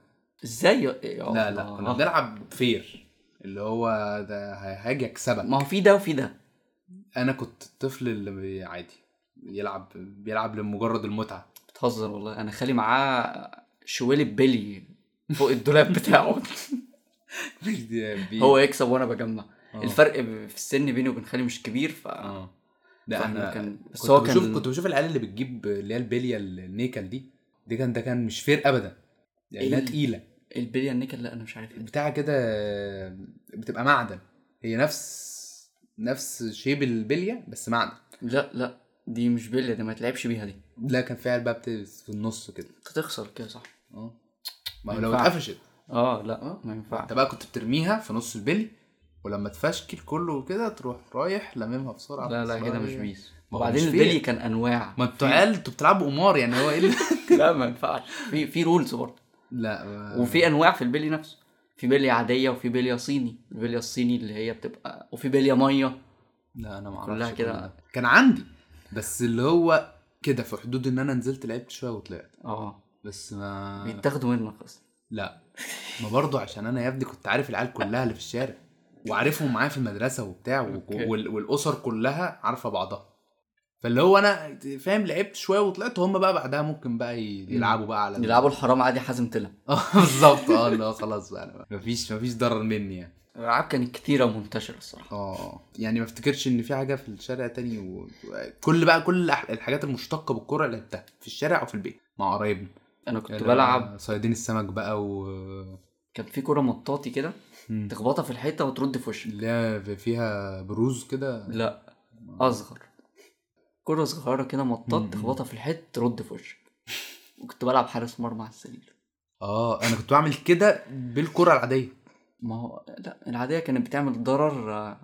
Speaker 1: ازاي يا- يا
Speaker 2: لا لا
Speaker 1: الله.
Speaker 2: كنا بنلعب فير اللي هو ده ه- هاجي اكسبك
Speaker 1: ما هو في ده وفي ده
Speaker 2: انا كنت الطفل اللي بي- عادي يلعب بيلعب
Speaker 1: <laughs>
Speaker 2: لمجرد المتعه
Speaker 1: بتهزر والله انا خالي معاه شوالي بلي فوق الدولاب
Speaker 2: <laughs>
Speaker 1: بتاعه
Speaker 2: بي-
Speaker 1: هو يكسب وانا بجمع
Speaker 2: آه.
Speaker 1: الفرق ب- في السن بيني وبين خالي مش كبير ف
Speaker 2: اه لا
Speaker 1: فاحنا
Speaker 2: انا
Speaker 1: كان بس
Speaker 2: كنت
Speaker 1: هو
Speaker 2: بشوف
Speaker 1: كان
Speaker 2: كنت بشوف العيال اللي بتجيب اللي هي البليه النيكل دي دي كان ده كان مش فير ابدا يعني انها
Speaker 1: إيه؟
Speaker 2: تقيله
Speaker 1: البليه النيكل لا انا مش عارف إيه.
Speaker 2: بتاع كده بتبقى معدن هي نفس نفس شيب البليه بس معدن
Speaker 1: لا لا دي مش بليه دي ما تلعبش بيها دي
Speaker 2: لا كان في عيال بقى بت- في النص كده
Speaker 1: انت تخسر كده صح
Speaker 2: اه ما هو
Speaker 1: ما
Speaker 2: لو
Speaker 1: ينفعش.
Speaker 2: اتقفشت
Speaker 1: اه لا ما ينفعش
Speaker 2: انت بقى كنت بترميها في نص البلي ولما تفشكل كله كده تروح رايح لاممها بسرعه
Speaker 1: لا لا كده مش
Speaker 2: بيه
Speaker 1: بيس
Speaker 2: ما هو مش
Speaker 1: وبعدين
Speaker 2: فير.
Speaker 1: البلي كان انواع
Speaker 2: ما انتوا عيال انتوا بتلعبوا قمار يعني هو ايه اللي...
Speaker 1: <laughs> لا ما ينفعش آه. في في رولز برضه
Speaker 2: لا ما-
Speaker 1: وفي انواع في البلي نفسه في بليه عاديه وفي بليه صيني البليه الصيني اللي هي بتبقى وفي بليه ميه
Speaker 2: لا انا ما اعرفش
Speaker 1: كلها
Speaker 2: كل
Speaker 1: كده.
Speaker 2: ده. كان عندي بس اللي هو كده في حدود ان انا نزلت لعبت شويه وطلعت
Speaker 1: اه
Speaker 2: بس ما
Speaker 1: بيتاخدوا منك اصلا
Speaker 2: لا ما برضه عشان انا يا ابني كنت عارف العيال كلها اللي في الشارع وعارفهم معايا في المدرسه وبتاع و-
Speaker 1: أوكي.
Speaker 2: وال- والاسر كلها عارفه بعضها فاللي هو انا فاهم لعبت شويه وطلعت هم بقى بعدها ممكن بقى ي- يلعبوا بقى على <laughs>
Speaker 1: يلعبوا الحرام عادي حازم طلع
Speaker 2: اه بالظبط اه اللي هو خلاص بقى أنا- مفيش مفيش ضرر مني يعني
Speaker 1: الالعاب كانت كتيره ومنتشره الصراحه
Speaker 2: اه يعني ما افتكرش ان في حاجه في الشارع تاني و... كل بقى كل الأح- الحاجات المشتقه بالكوره لعبتها في الشارع او في البيت مع قرايبنا
Speaker 1: انا كنت
Speaker 2: اللي هو
Speaker 1: بلعب
Speaker 2: صيادين السمك بقى و
Speaker 1: كان في كوره مطاطي كده
Speaker 2: مم.
Speaker 1: تخبطها في الحيطه وترد في وشك
Speaker 2: اللي هي فيها بروز كده
Speaker 1: لا اصغر كرة صغيرة كده
Speaker 2: مم.
Speaker 1: مطاط تخبطها في الحيط ترد في وشك وكنت بلعب حارس مرمى على السرير
Speaker 2: اه انا كنت بعمل كده بالكره العاديه
Speaker 1: ما هو لا العادية كانت بتعمل ضرر آه.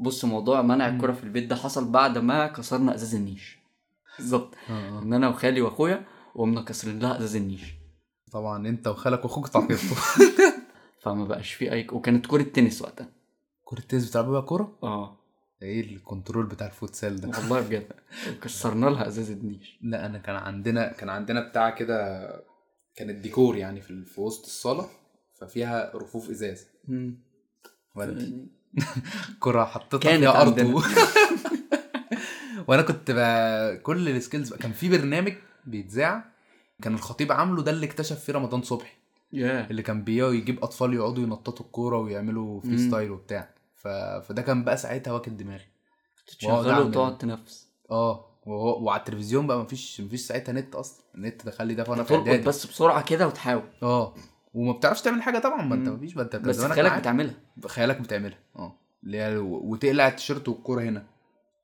Speaker 1: بص موضوع منع
Speaker 2: مم.
Speaker 1: الكرة في البيت ده حصل بعد ما كسرنا ازاز النيش بالظبط
Speaker 2: آه.
Speaker 1: ان انا وخالي واخويا وقمنا كسرين لها ازاز النيش
Speaker 2: طبعا انت وخالك واخوك <laughs> تعقدتوا
Speaker 1: فما بقاش في اي وكانت كرة تنس وقتها
Speaker 2: كره التنس بتلعبوا بقى كوره
Speaker 1: اه
Speaker 2: ايه الكنترول بتاع الفوتسال ده
Speaker 1: والله بجد كسرنا لها ازاز النيش
Speaker 2: لا انا كان عندنا كان عندنا بتاع كده كان الديكور يعني في, في وسط الصاله ففيها رفوف ازاز والدي كرة حطيتها
Speaker 1: كانت
Speaker 2: فيها ارض
Speaker 1: عندنا.
Speaker 2: <laughs> و- وانا كنت ب... كل السكيلز كان في برنامج بيتذاع كان الخطيب عامله ده اللي اكتشف فيه رمضان صبحي <laughs>
Speaker 1: ياه
Speaker 2: اللي كان بيجي يجيب اطفال يقعدوا ينططوا الكوره ويعملوا فري ستايل وبتاع ف... فده كان بقى ساعتها واكل دماغي واقعد
Speaker 1: تشغله
Speaker 2: أعمل-
Speaker 1: وتقعد تنفس
Speaker 2: اه وهو... وعلى التلفزيون بقى مفيش مفيش ساعتها نت اصلا النت دخل لي ده وانا في
Speaker 1: ترقد
Speaker 2: اعدادي
Speaker 1: بس بسرعة كده وتحاول
Speaker 2: اه وما بتعرفش تعمل حاجه طبعا ما انت
Speaker 1: مم.
Speaker 2: مفيش ما انت كان
Speaker 1: بس
Speaker 2: زمانك
Speaker 1: خيالك
Speaker 2: معاك.
Speaker 1: بتعملها
Speaker 2: خيالك بتعملها اه اللي هي و- وتقلع التيشيرت والكوره هنا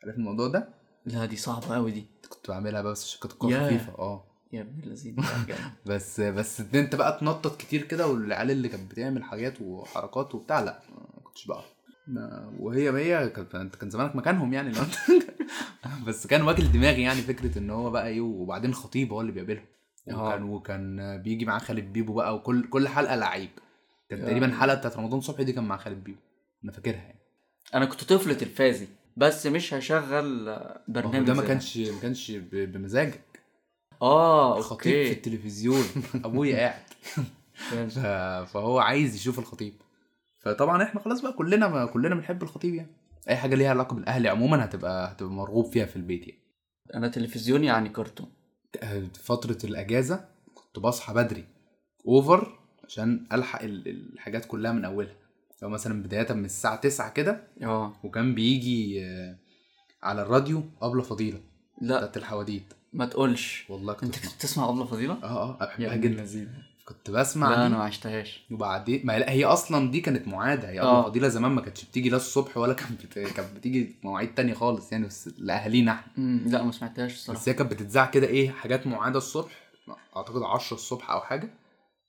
Speaker 2: عارف الموضوع ده؟
Speaker 1: لا دي صعبة قوي دي
Speaker 2: كنت بعملها بقى بس عشان كانت الكوره
Speaker 1: ياه.
Speaker 2: خفيفه اه
Speaker 1: يا ابن اللذين لا <laughs> بجد.
Speaker 2: بس بس ان انت بقى تنطط كتير كده والعيال اللي كانت بتعمل حاجات وحركات وبتاع لا ما كنتش بقى ما- وهي هي كانت انت كان زمانك مكانهم يعني <laughs> لو انت بس كان واكل دماغي يعني فكره ان هو بقى ايه وبعدين خطيب هو اللي بيقابلهم
Speaker 1: آه.
Speaker 2: وكان وكان بيجي معاه خالد بيبو بقى وكل كل حلقه لعيب كان
Speaker 1: يا.
Speaker 2: تقريبا الحلقه بتاعت رمضان صبحي دي كان مع خالد بيبو انا فاكرها يعني
Speaker 1: انا كنت طفل تلفازي بس مش هشغل آه،
Speaker 2: ما هو
Speaker 1: برنامج
Speaker 2: ده ما
Speaker 1: زي
Speaker 2: كانش ما كانش ب- بمزاجك
Speaker 1: اه
Speaker 2: خطيب في
Speaker 1: اوكي
Speaker 2: التلفزيون ابويا قاعد
Speaker 1: فهمت.
Speaker 2: ف- فهو عايز يشوف الخطيب فطبعا احنا خلاص بقى كلنا ما كلنا بنحب الخطيب يعني اي حاجه ليها علاقه بالاهل عموما هتبقى هتبقى مرغوب فيها في البيت يعني
Speaker 1: انا تلفزيون يعني كرتون
Speaker 2: آه، فتره الاجازه كنت بصحى بدري اوفر عشان الحق ال- الحاجات كلها من اولها لو مثلا بدايه من الساعه 9 كده
Speaker 1: اه
Speaker 2: وكان بيجي آه، على الراديو ابله فضيله
Speaker 1: لا
Speaker 2: بتاعت الحواديت
Speaker 1: ما تقولش
Speaker 2: والله كنت
Speaker 1: انت
Speaker 2: بسمع.
Speaker 1: كنت بتسمع ابله فضيله
Speaker 2: اه اه
Speaker 1: يا
Speaker 2: بحبها
Speaker 1: ابن
Speaker 2: جدا
Speaker 1: اللذين
Speaker 2: كنت بسمع
Speaker 1: لا
Speaker 2: دي.
Speaker 1: انا ما عشتهاش
Speaker 2: وبعدين ما لا هي اصلا دي كانت معاده هي
Speaker 1: آه.
Speaker 2: ابو فضيله زمان ما كانتش بتيجي لا الصبح ولا كانت بت... كانت بتيجي في مواعيد تانية خالص يعني بس لاهالينا احنا
Speaker 1: مم، لا ما سمعتهاش الصراحه
Speaker 2: بس هي كانت بتتذاع كده ايه حاجات معاده الصبح اعتقد 10 الصبح او حاجه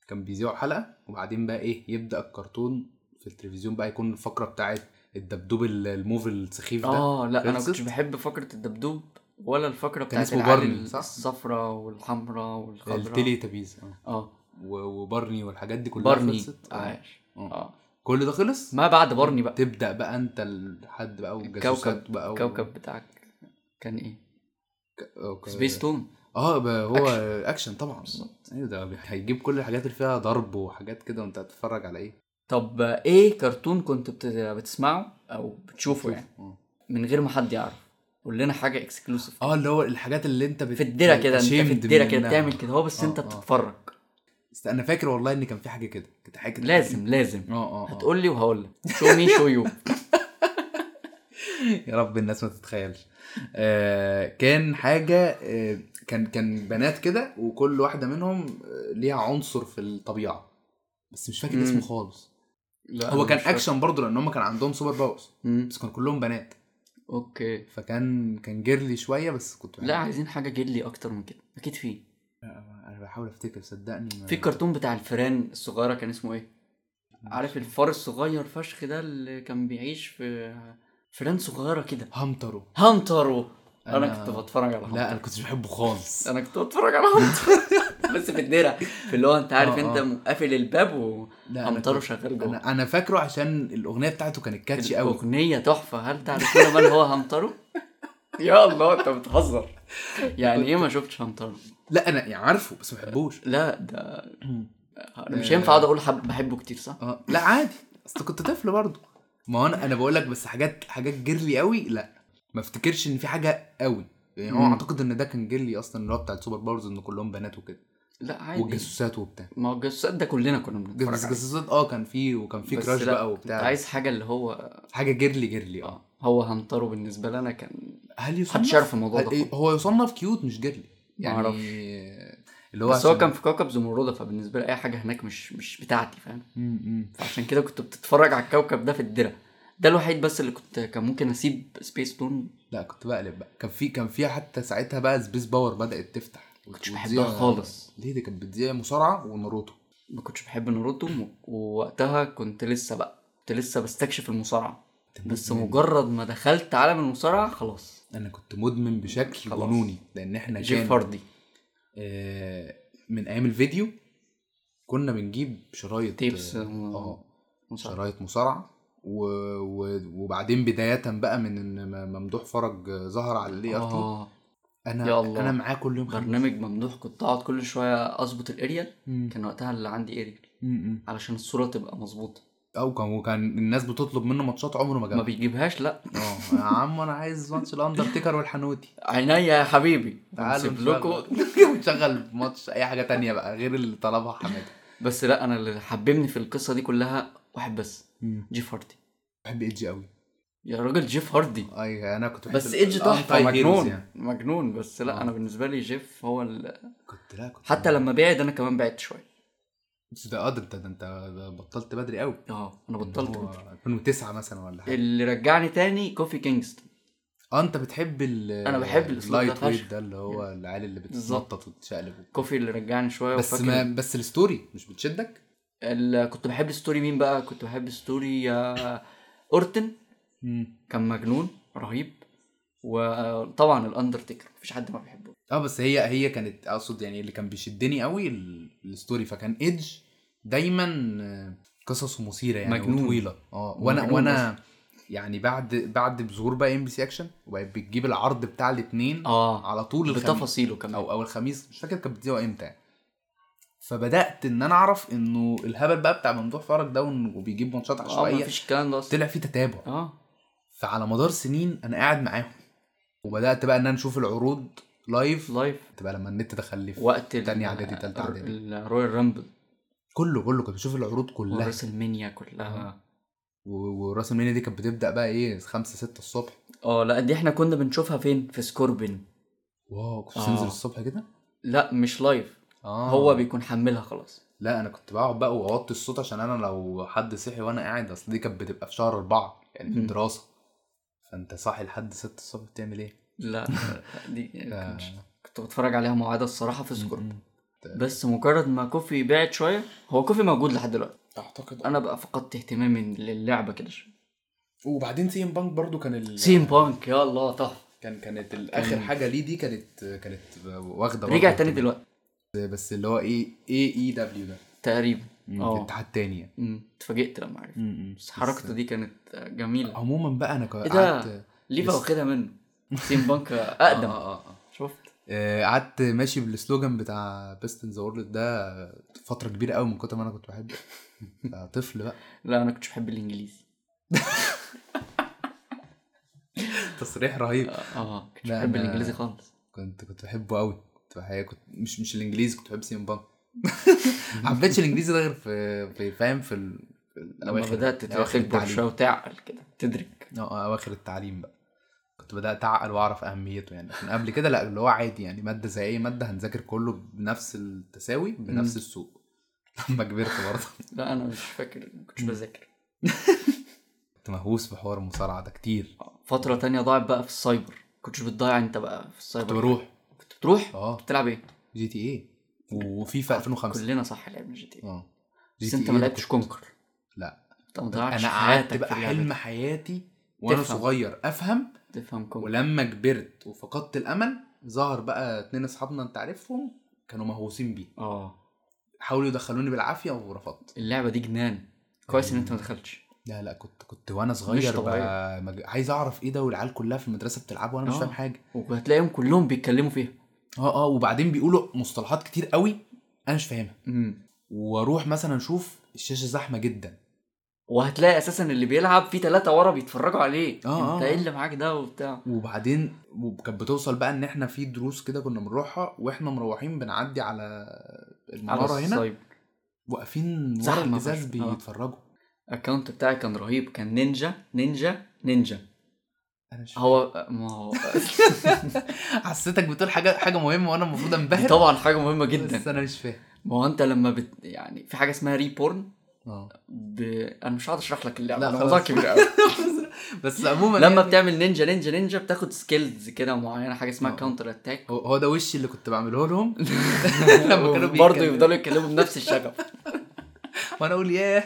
Speaker 2: كان بيذيعوا حلقه وبعدين بقى ايه يبدا الكرتون في التلفزيون بقى يكون الفقره بتاعت الدبدوب ال- الموف السخيف ده
Speaker 1: اه لا انا
Speaker 2: خلصت؟
Speaker 1: كنتش بحب فقره الدبدوب ولا الفقره بتاعت
Speaker 2: اسمه
Speaker 1: العيال
Speaker 2: بارني، صح؟
Speaker 1: الصفراء والحمراء والخضراء
Speaker 2: التلي تبيز آه.
Speaker 1: اه
Speaker 2: و- وبارني والحاجات دي كلها
Speaker 1: بارني
Speaker 2: خلصت آه.
Speaker 1: عاش
Speaker 2: آه.
Speaker 1: اه
Speaker 2: كل ده خلص
Speaker 1: ما بعد بارني بقى
Speaker 2: تبدا بقى انت الحد بقى والجاسوسات
Speaker 1: الكوكب
Speaker 2: بقى و-
Speaker 1: الكوكب بتاعك كان ايه؟
Speaker 2: أوكي.
Speaker 1: سبيس تون
Speaker 2: اه ب- هو
Speaker 1: أكشن.
Speaker 2: اكشن, أكشن طبعا ايوه ده هيجيب كل الحاجات اللي فيها ضرب وحاجات كده وانت هتتفرج على ايه
Speaker 1: طب آه، ايه كرتون كنت بت- بتسمعه او بتشوفه يعني
Speaker 2: شوف. آه.
Speaker 1: من غير ما حد يعرف قول لنا حاجه اكسكلوسيف
Speaker 2: اه اللي هو الحاجات اللي انت بت...
Speaker 1: في الدره كده انت في
Speaker 2: ashamed
Speaker 1: الدره كده
Speaker 2: آه، منها.
Speaker 1: تعمل كده هو بس
Speaker 2: آه،
Speaker 1: انت
Speaker 2: آه.
Speaker 1: بتتفرج
Speaker 2: است- انا فاكر والله ان كان في حاجه كده كانت حاجه كده.
Speaker 1: لازم لازم
Speaker 2: اه اه آه.
Speaker 1: هتقول لي وهقول لك شو مي شو يو
Speaker 2: <laughs> يا رب الناس ما تتخيلش آه كان حاجه آه كان كان بنات كده وكل واحده منهم آه، ليها عنصر في الطبيعه بس مش فاكر
Speaker 1: مم.
Speaker 2: اسمه خالص هو كان اكشن برضه لان هم كان عندهم سوبر باورز بس كانوا كلهم بنات
Speaker 1: اوكي
Speaker 2: فكان كان جيرلي شويه بس كنت يعني
Speaker 1: لا
Speaker 2: بحبه.
Speaker 1: عايزين حاجه جيلي اكتر من كده اكيد في
Speaker 2: انا بحاول افتكر صدقني ما-
Speaker 1: في كرتون بتاع الفيران الصغيره كان اسمه ايه عارف الفار الصغير فشخ ده اللي كان بيعيش في فيران صغيره كده
Speaker 2: هامترو
Speaker 1: هانترو انا,
Speaker 2: أنا-
Speaker 1: كنت بتفرج على هانتر
Speaker 2: لا انا كنتش بحبه خالص
Speaker 1: انا كنت بتفرج على هانتر <laughs> بس في الدره في اللي هو انت عارف
Speaker 2: آه، آه.
Speaker 1: انت قافل الباب
Speaker 2: لا، أنا
Speaker 1: وهانترو
Speaker 2: كنت-
Speaker 1: شغال جوه
Speaker 2: انا انا فاكره عشان الاغنيه بتاعته كانت كاتشي قوي
Speaker 1: اغنيه تحفه هل تعرفون من هو هامترو <laughs> يا الله انت بتهزر يعني ايه ما شفتش هامترو
Speaker 2: لا انا يعني عارفه بس ما بحبوش
Speaker 1: لا
Speaker 2: <clears throat>
Speaker 1: ده أنا مش هينفع اقعد اقول حب بحبه كتير صح
Speaker 2: اه لا عادي اصل كنت طفل برضه ما هو انا انا بقول لك بس حاجات حاجات جيرلي قوي لا ما افتكرش ان في حاجه قوي يعني هو
Speaker 1: مم.
Speaker 2: اعتقد ان ده كان جيرلي اصلا اللي هو بتاع السوبر باورز ان كلهم بنات وكده
Speaker 1: لا عادي
Speaker 2: والجاسوسات وبتاع
Speaker 1: ما هو الجاسوسات ده كلنا كنا بنتفرج
Speaker 2: بس
Speaker 1: عليه
Speaker 2: الجاسوسات اه كان فيه وكان فيه
Speaker 1: بس
Speaker 2: كراش
Speaker 1: لا،
Speaker 2: بقى
Speaker 1: كنت
Speaker 2: وبتاع
Speaker 1: عايز حاجه اللي هو
Speaker 2: حاجه جيرلي جيرلي اه
Speaker 1: آه، هو هنطره بالنسبه لنا كان
Speaker 2: هل
Speaker 1: محدش يعرف الموضوع ده
Speaker 2: هل- إيه،
Speaker 1: خالص.
Speaker 2: هو يصنف كيوت مش جيرلي
Speaker 1: معرفش.
Speaker 2: اللي هو
Speaker 1: بس هو
Speaker 2: عشان-
Speaker 1: كان في كوكب زمرده فبالنسبه لي اي حاجه هناك مش مش بتاعتي فاهم
Speaker 2: مم، مم.
Speaker 1: عشان كده كنت بتتفرج على الكوكب ده في الدرع ده الوحيد بس اللي كنت كان ممكن اسيب سبيس تون
Speaker 2: لا كنت بقلب بقى كان في كان في حتى ساعتها بقى سبيس باور بدات تفتح
Speaker 1: كنتش
Speaker 2: وتذيع-
Speaker 1: بحبها خالص.
Speaker 2: ليه دي كانت بتذيع مصارعه وناروتو
Speaker 1: ما كنتش بحب ناروتو م- ووقتها كنت لسه بقى كنت لسه بستكشف المصارعه بس مجرد ما دخلت عالم المصارعه خلاص
Speaker 2: انا كنت مدمن بشكل
Speaker 1: خلاص.
Speaker 2: جنوني لان احنا
Speaker 1: جيف
Speaker 2: كان
Speaker 1: هاردي
Speaker 2: آه من ايام الفيديو كنا بنجيب شرايط
Speaker 1: تيبس
Speaker 2: اه
Speaker 1: آه.
Speaker 2: آه، شرايط مصارعه و... و... وبعدين بدايه بقى من ان م- ممدوح فرج ظهر على الاي ار تي
Speaker 1: اه
Speaker 2: انا
Speaker 1: يا الله.
Speaker 2: انا معاه كل يوم خميس.
Speaker 1: برنامج ممدوح كنت اقعد كل شويه اظبط الاريال
Speaker 2: مم.
Speaker 1: كان وقتها اللي عندي اريال
Speaker 2: مم، مم.
Speaker 1: علشان الصوره تبقى مظبوطه
Speaker 2: او كان وكان الناس بتطلب منه ماتشات عمره ما
Speaker 1: ما
Speaker 2: جابها
Speaker 1: بيجيبهاش لا
Speaker 2: اه يا عم انا عايز ماتش
Speaker 1: <laughs>
Speaker 2: الاندرتيكر والحنوتي
Speaker 1: عينيا يا حبيبي
Speaker 2: تعالوا
Speaker 1: نسيب لكم
Speaker 2: <laughs> نشغل- نشغل ماتش اي حاجه تانية بقى غير اللي طلبها حماده
Speaker 1: بس لا انا اللي حببني في القصه دي كلها واحد بس
Speaker 2: مم.
Speaker 1: جيف هاردي
Speaker 2: بحب ايدج قوي
Speaker 1: يا راجل جيف هاردي
Speaker 2: اي انا كنت بحب
Speaker 1: بس
Speaker 2: ال-
Speaker 1: ايدج تحفه
Speaker 2: الأنتاي هيروز
Speaker 1: مجنون
Speaker 2: يعني.
Speaker 1: مجنون بس لا
Speaker 2: آه.
Speaker 1: انا بالنسبه لي جيف هو ال...
Speaker 2: كنت لا كنت
Speaker 1: حتى لما بعد انا كمان بعدت شويه
Speaker 2: ده اه ده انت ده انت بطلت بدري قوي
Speaker 1: اه انا بطلت بدري إيه.
Speaker 2: 2009 مثلا ولا حاجه
Speaker 1: اللي رجعني تاني كوفي كينجستون
Speaker 2: اه انت بتحب ال
Speaker 1: أنا بحب الأسلوب ده
Speaker 2: اللايت ويت
Speaker 1: فشخ.
Speaker 2: ده اللي هو العيال اللي
Speaker 1: بالظبط. أيوة،
Speaker 2: بتتنطط وتتشقلب
Speaker 1: كوفي اللي رجعني شويه
Speaker 2: بس
Speaker 1: وفاكر
Speaker 2: ما بس الستوري مش بتشدك؟
Speaker 1: ال... كنت بحب ستوري مين بقى كنت بحب ستوري آه، اورتن كان مجنون رهيب وطبعا الاندرتيكر مفيش حد ما بيحبه
Speaker 2: اه بس هي هي كانت اقصد يعني اللي كان بيشدني قوي ال- الستوري فكان ايدج دايما آه، قصصه مثيره يعني
Speaker 1: مجنون.
Speaker 2: وطويله اه وانا
Speaker 1: مجنون
Speaker 2: وانا يعني بعد بعد بظهور بقى ام بي سي اكشن وبقت بتجيب العرض بتاع الاثنين
Speaker 1: اه
Speaker 2: على طول الخميس
Speaker 1: بتفاصيله كمان
Speaker 2: او او الخميس مش فاكر كانت يعني. بتذيعه امتى فبدات ان انا اعرف انه الهبل بقى بتاع ممدوح فرج ده وإنه بيجيب ماتشات
Speaker 1: اه
Speaker 2: عشوائيه
Speaker 1: مفيش الكلام ده اصلا
Speaker 2: طلع فيه تتابع
Speaker 1: اه
Speaker 2: فعلى مدار سنين انا قاعد معاهم وبدات بقى ان انا اشوف العروض لايف
Speaker 1: لايف
Speaker 2: تبقى لما النت دخل لي في
Speaker 1: وقت ال- آه،
Speaker 2: تانية اعدادي تالتة اعدادي
Speaker 1: الرويال رامبل
Speaker 2: كله كله كنت بشوف العروض كلها
Speaker 1: والرسلمانيا
Speaker 2: آه.
Speaker 1: كلها
Speaker 2: و- وراس المنيا دي كانت بتبدا بقى ايه 5 6 الصبح
Speaker 1: اه لا دي احنا كنا بنشوفها فين في سكوربين
Speaker 2: واو كنت
Speaker 1: آه.
Speaker 2: تنزل الصبح كده
Speaker 1: لا مش لايف
Speaker 2: اه
Speaker 1: هو بيكون حملها خلاص
Speaker 2: لا انا كنت بقعد بقى واوطي الصوت عشان انا لو حد صحي وانا قاعد اصل دي كانت بتبقى في شهر اربعه يعني في
Speaker 1: مم.
Speaker 2: الدراسه فانت صاحي لحد 6 الصبح بتعمل ايه؟ <laughs>
Speaker 1: لا دي
Speaker 2: لا.
Speaker 1: كنت, كنت بتفرج عليها معادة الصراحة في سكور
Speaker 2: آه. مم.
Speaker 1: بس مجرد ما كوفي بعد شوية هو كوفي موجود لحد دلوقتي
Speaker 4: اعتقد
Speaker 1: أنا بقى فقدت اهتمامي للعبة كده
Speaker 4: وبعدين سي ام بانك برضو كان ال...
Speaker 1: سيم بانك يا الله تحفة
Speaker 2: كان كانت
Speaker 1: كان-
Speaker 2: اخر حاجه ليه دي كانت كانت واخده
Speaker 1: رجع
Speaker 2: برضه
Speaker 1: تاني دلوقتي
Speaker 2: اهتمام. بس اللي هو ايه اي اي دبليو ده
Speaker 1: تقريبا
Speaker 2: في
Speaker 1: اه.
Speaker 2: الاتحاد تاني يعني
Speaker 1: أمم، اتفاجئت لما عرفت بس حركته دي كانت جميلة
Speaker 2: عموما بقى انا ك-
Speaker 1: إيه ده؟
Speaker 2: قعدت
Speaker 1: ليفا
Speaker 2: آه. بس-
Speaker 1: واخدها منه
Speaker 2: <laughs>
Speaker 1: سيم بانك
Speaker 2: آه،
Speaker 1: أقدم
Speaker 2: آه، آه.
Speaker 1: شفت
Speaker 2: آه، قعدت ماشي بالسلوجان بتاع بيست ان ذا وورلد ده فتره كبيره قوي من كتر ما انا كنت بحبه <laughs> بقى طفل بقى
Speaker 1: لا أنا كنتش بحب الإنجليزي
Speaker 2: تصريح رهيب
Speaker 1: اه كنتش
Speaker 2: لا،
Speaker 1: بحب
Speaker 2: أنا-
Speaker 1: الإنجليزي خالص
Speaker 2: كنت كنت بحبه قوي كنت بحب... كنت مش مش الانجليزي كنت بحب سي ام بانك <laughs> ما حبيتش الانجليزي ده غير في في فاهم في ال... في
Speaker 1: لما
Speaker 2: الأواخر-
Speaker 1: بدأت
Speaker 2: اواخر
Speaker 1: تكبر شوية
Speaker 2: التعليم
Speaker 1: وتعقل كده تدرك
Speaker 2: آه، اواخر التعليم بقى كنت بدات اعقل واعرف اهميته يعني لكن قبل كده لا اللي هو عادي يعني ماده زي اي ماده هنذاكر كله بنفس التساوي بنفس
Speaker 1: مم.
Speaker 2: السوق <laughs> لما كبرت برضه
Speaker 1: لا أنا مش فاكر ما كنتش بذاكر
Speaker 2: كنت مهووس بحوار المصارعه ده كتير
Speaker 1: فترة تانية ضاعت بقى في السايبر كنتش بتضيع انت بقى في السايبر
Speaker 2: كنت بروح
Speaker 1: كنت بتروح
Speaker 2: اه
Speaker 1: بتلعب ايه؟
Speaker 2: جي تي ايه وفيفا 2005
Speaker 1: كلنا صح لعبنا جي تي إيه.
Speaker 2: اه
Speaker 1: آه، بس
Speaker 2: GTA
Speaker 1: انت ما لعبتش
Speaker 2: كنت-
Speaker 1: كونكر
Speaker 2: لا.
Speaker 1: انت ما ضيعتش
Speaker 2: انا قعدت
Speaker 1: حياتك
Speaker 2: بقى
Speaker 1: في اللعبة
Speaker 2: حلم
Speaker 1: دي.
Speaker 2: حياتي وانا
Speaker 1: تفهم.
Speaker 2: صغير افهم
Speaker 1: تفهم كونكر
Speaker 2: ولما كبرت وفقدت الامل ظهر بقى اتنين اصحابنا انت عارفهم كانوا مهووسين بيه
Speaker 1: اه
Speaker 2: حاولوا يدخلوني بالعافيه ورفضت
Speaker 1: اللعبة دي جنان كويس ان انت ما دخلتش
Speaker 2: لا لا كنت كنت وانا صغير
Speaker 1: طبيعي.
Speaker 2: بقى مج... عايز اعرف ايه ده والعيال كلها في المدرسه بتلعبه وانا مش
Speaker 1: آه.
Speaker 2: فاهم حاجه
Speaker 1: وهتلاقيهم كلهم بيتكلموا فيها
Speaker 2: اه اه وبعدين بيقولوا مصطلحات كتير قوي انا مش فاهمها
Speaker 1: امم
Speaker 2: واروح مثلا اشوف الشاشه زحمه جدا
Speaker 1: وهتلاقي اساسا اللي بيلعب في ثلاثة ورا بيتفرجوا عليه
Speaker 2: آه،
Speaker 1: انت
Speaker 2: آه.
Speaker 1: ايه اللي معاك ده وبتاع
Speaker 2: وبعدين وكانت بتوصل بقى ان احنا في دروس كده كنا بنروحها واحنا مروحين بنعدي على المناره هنا
Speaker 1: السايبر
Speaker 2: واقفين ورا
Speaker 1: زحمة
Speaker 2: الازاز
Speaker 1: فشخ. آه.
Speaker 2: بيتفرجوا
Speaker 1: الاكونت بتاعي كان رهيب كان نينجا نينجا نينجا
Speaker 2: انا مش
Speaker 1: هو ما
Speaker 2: <laughs>
Speaker 1: هو
Speaker 2: حسيتك بتقول حاجه حاجه مهمه وانا المفروض انبهر
Speaker 1: دي طبعا حاجة مهمة جدا
Speaker 2: بس انا مش فاهم
Speaker 1: ما هو انت لما بت... يعني في حاجه اسمها ريبورن <laughs>
Speaker 2: اه
Speaker 1: ب... انا مش هقعد اشرح لك اللعبه
Speaker 2: لا،
Speaker 1: الموضوع
Speaker 2: خلاص.
Speaker 1: كبير قوي
Speaker 2: بس عموما
Speaker 1: لما
Speaker 2: يعني
Speaker 1: بتعمل نينجا نينجا نينجا بتاخد سكيلز كده معينه حاجه اسمها
Speaker 2: اه.
Speaker 1: كاونتر اتاك
Speaker 2: هو- هو ده وشي اللي كنت
Speaker 1: <laughs>
Speaker 2: بعمله لهم <laughs> لما كانوا
Speaker 1: برضه
Speaker 2: بيتكلموا.
Speaker 1: يفضلوا يتكلموا بنفس
Speaker 2: <laughs>
Speaker 1: الشغف
Speaker 2: وانا اقول ياه